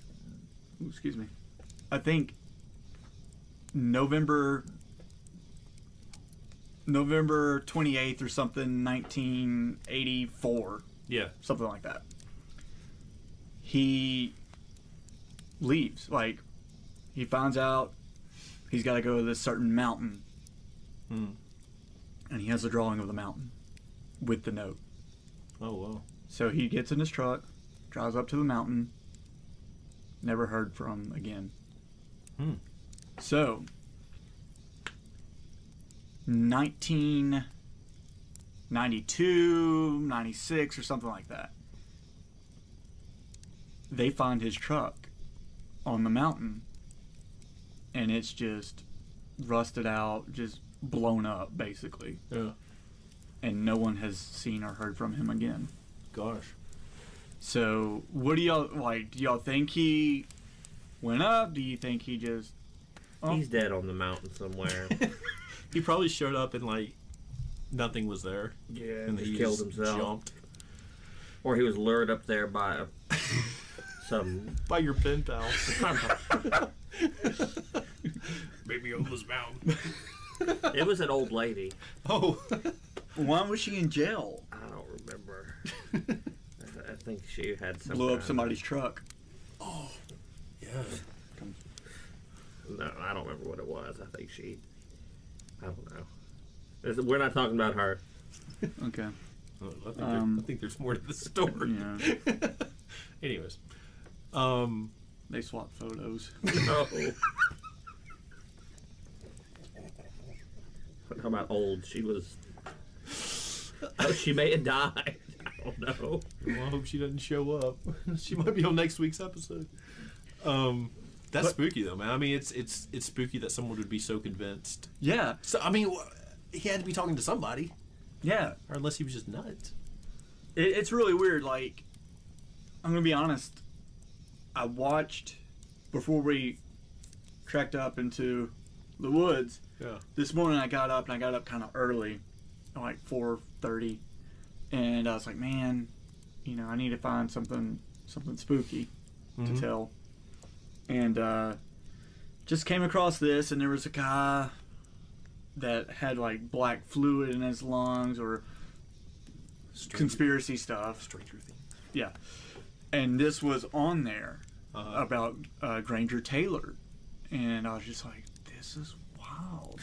Speaker 3: ooh, excuse me. I think November November 28th or something 1984
Speaker 2: Yeah.
Speaker 3: something like that. He leaves. Like, he finds out he's got to go to this certain mountain. And he has a drawing of the mountain with the note.
Speaker 2: Oh well.
Speaker 3: So he gets in his truck, drives up to the mountain, never heard from again.
Speaker 2: Hmm.
Speaker 3: So, 1992, 96, or something like that, they find his truck on the mountain and it's just rusted out, just blown up, basically.
Speaker 2: Yeah.
Speaker 3: And no one has seen or heard from him again.
Speaker 2: Gosh.
Speaker 3: So, what do y'all like? Do y'all think he went up? Do you think he just? Oh.
Speaker 4: He's dead on the mountain somewhere.
Speaker 2: He probably showed up and like nothing was there.
Speaker 4: yeah,
Speaker 2: And
Speaker 4: he
Speaker 2: he
Speaker 4: killed
Speaker 2: just
Speaker 4: himself.
Speaker 2: Jumped
Speaker 4: Or he was lured up there by a, some.
Speaker 2: by your pen pal. Maybe on this mountain.
Speaker 4: It was an old lady.
Speaker 2: Oh.
Speaker 3: Why was she in jail?
Speaker 4: I don't remember. I, th- I think she had some.
Speaker 3: Blew
Speaker 4: kind
Speaker 3: up
Speaker 4: of-
Speaker 3: somebody's truck.
Speaker 2: yeah.
Speaker 4: No, I don't remember what it was. I think she. I don't know. This- we're not talking about her.
Speaker 3: Okay.
Speaker 2: I think, there-
Speaker 3: Um,
Speaker 2: I think there's more to the story.
Speaker 3: Yeah.
Speaker 2: Anyways, um,
Speaker 3: They swap photos.
Speaker 4: Oh. How about old? She was. Oh, she may have died. I don't know.
Speaker 2: well, I hope she doesn't show up. she might be on next week's episode. Um, that's spooky though, man. I mean, it's it's it's spooky that someone would be so convinced.
Speaker 3: Yeah.
Speaker 5: So I mean, wh- he had to be talking to somebody,
Speaker 3: Yeah.
Speaker 5: or unless he was just nuts.
Speaker 3: It, it's really weird. Like, I'm gonna be honest. I watched before we trekked up into the woods.
Speaker 2: Yeah.
Speaker 3: This morning I got up and I got up kind of early, like 4:30, and I was like, man, you know, I need to find something something spooky to tell. And uh, just came across this, and there was a guy that had like black fluid in his lungs or conspiracy stuff.
Speaker 2: Stranger Things.
Speaker 3: Yeah. And this was on there
Speaker 2: Uh-huh.
Speaker 3: about uh, Granger Taylor. And I was just like, this is wild.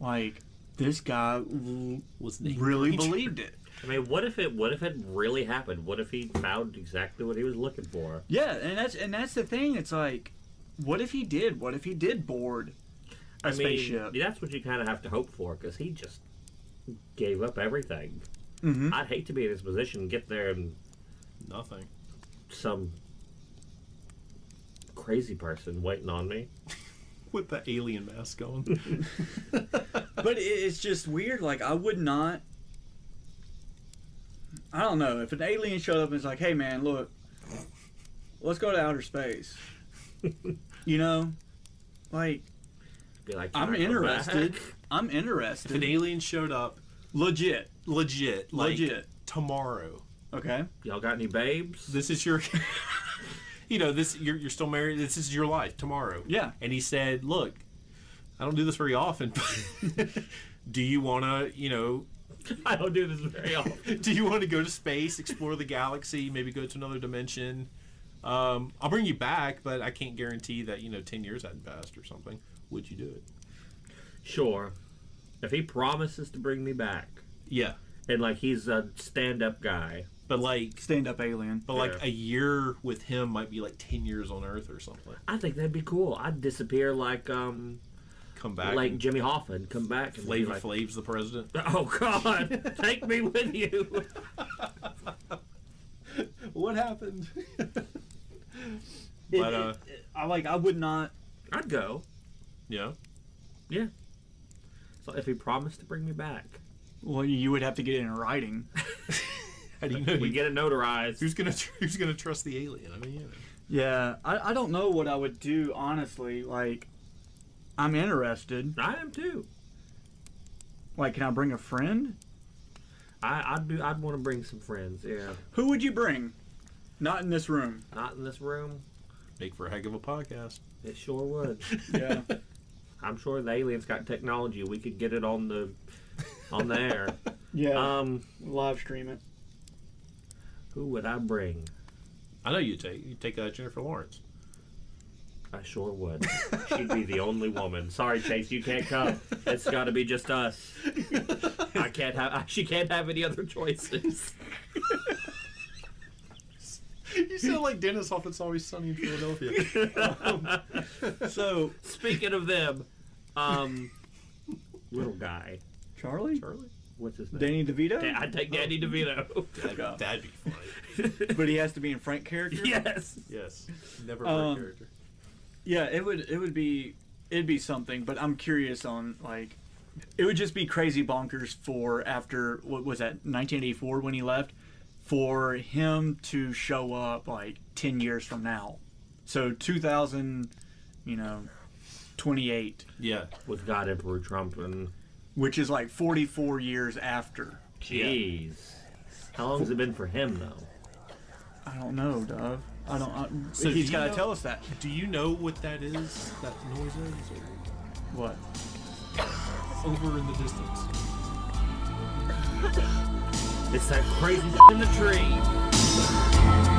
Speaker 3: like, this guy l-
Speaker 5: Was named
Speaker 3: really
Speaker 5: Granger.
Speaker 3: believed it.
Speaker 4: I mean, what if it? What if it really happened? What if he found exactly what he was looking for?
Speaker 3: Yeah, and that's and that's the thing. It's like, what if he did? What if he did board a
Speaker 4: I mean,
Speaker 3: spaceship?
Speaker 4: that's what you kind of have to hope for because he just gave up everything.
Speaker 3: Mhm.
Speaker 4: I'd hate to be in his position, and get there, and
Speaker 2: Nothing.
Speaker 4: some crazy person waiting on me.
Speaker 2: With the alien mask on.
Speaker 3: but it, it's just weird. Like I would not. I don't know if an alien showed up and was like, "Hey, man, look, let's go to outer space." you know, like
Speaker 4: Be like,
Speaker 3: I'm
Speaker 4: "Alright, we're back."
Speaker 3: interested. I'm
Speaker 2: if an
Speaker 3: interested.
Speaker 2: alien showed up,
Speaker 3: Legit,
Speaker 2: legit, like
Speaker 3: Legit.
Speaker 2: tomorrow.
Speaker 3: okay.
Speaker 4: Y'all got any babes?
Speaker 2: This is your, you know, this you're you're still married. This is your life tomorrow.
Speaker 3: Yeah.
Speaker 2: And he said, "Look, I don't do this very often, but do you want to, you know,
Speaker 4: I don't do this very often.
Speaker 2: do you want to go to space, explore the galaxy, maybe go to another dimension? Um, I'll bring you back, but I can't guarantee that you know ten years hadn't passed or something. Would you do it?
Speaker 4: Sure, if he promises to bring me back,
Speaker 2: Yeah,
Speaker 4: and like he's a stand-up guy,
Speaker 2: but like,
Speaker 3: Stand up alien.
Speaker 2: but like
Speaker 4: Yeah.
Speaker 2: a year with him might be like ten years on Earth or something.
Speaker 4: I think that'd be cool. I'd disappear like um
Speaker 2: Come back,
Speaker 4: like
Speaker 2: and
Speaker 4: Jimmy Hoffa and come back and be
Speaker 2: Flavor
Speaker 4: like,
Speaker 2: Flav's the president.
Speaker 4: Oh God, take me with you.
Speaker 2: What happened? But, uh,
Speaker 3: I like. I would not.
Speaker 4: I'd go.
Speaker 2: yeah.
Speaker 4: Yeah. So if he promised to bring me back,
Speaker 3: Well, you would have to get it in writing.
Speaker 2: How do you know?
Speaker 4: we
Speaker 2: you-
Speaker 4: get it notarized.
Speaker 2: who's gonna tr- Who's gonna trust the alien? I mean, you know.
Speaker 3: Yeah, I, I don't know what I would do honestly. Like, I'm interested.
Speaker 4: I am too.
Speaker 3: Like, can I bring a friend?
Speaker 4: I, I'd do. I'd want to bring some friends. Yeah,
Speaker 3: Who would you bring? Not in this room.
Speaker 4: not in this room.
Speaker 2: make for a heck of a podcast.
Speaker 4: It sure would.
Speaker 3: Yeah.
Speaker 4: I'm sure the aliens got technology. We could get it on the on the air.
Speaker 3: yeah.
Speaker 4: Um,
Speaker 3: Uh, live stream it.
Speaker 4: who would I bring?
Speaker 2: I know you take you take uh, Jennifer Lawrence.
Speaker 4: I sure would. She'd be the only woman. Sorry, Chase, you can't come. It's got to be just us. I can't have. I, she can't have any other choices.
Speaker 2: you sound like Dennis off It's Always Sunny in Philadelphia.
Speaker 3: So,
Speaker 4: Speaking of them, um, little guy,
Speaker 3: Charlie,
Speaker 2: Charlie,
Speaker 4: what's his name?
Speaker 3: Danny DeVito,
Speaker 4: Da- I'd take Danny DeVito.
Speaker 2: that'd, that'd be funny.
Speaker 3: but he has to be in Frank character.
Speaker 4: yes.
Speaker 2: Yes, never
Speaker 3: for a
Speaker 2: um,
Speaker 3: Um,
Speaker 2: character.
Speaker 3: Yeah, it would. It would be. It'd be something. But I'm curious on like. It would just be crazy bonkers for after what was that 1984 when he left, for him to show up like 10 years from now, so 2000, you know, 28,
Speaker 2: Yeah,
Speaker 4: With God Emperor Trump and
Speaker 3: which is like 44 years after.
Speaker 4: jeez, how long's it been for him though?
Speaker 3: I don't know, Dove. I don't. I,
Speaker 2: So do
Speaker 3: he's
Speaker 2: you
Speaker 3: got to
Speaker 2: know-
Speaker 3: tell us that.
Speaker 2: do you know what that is? That noise is
Speaker 3: What?
Speaker 2: or over in the distance.
Speaker 4: It's that crazy in the tree.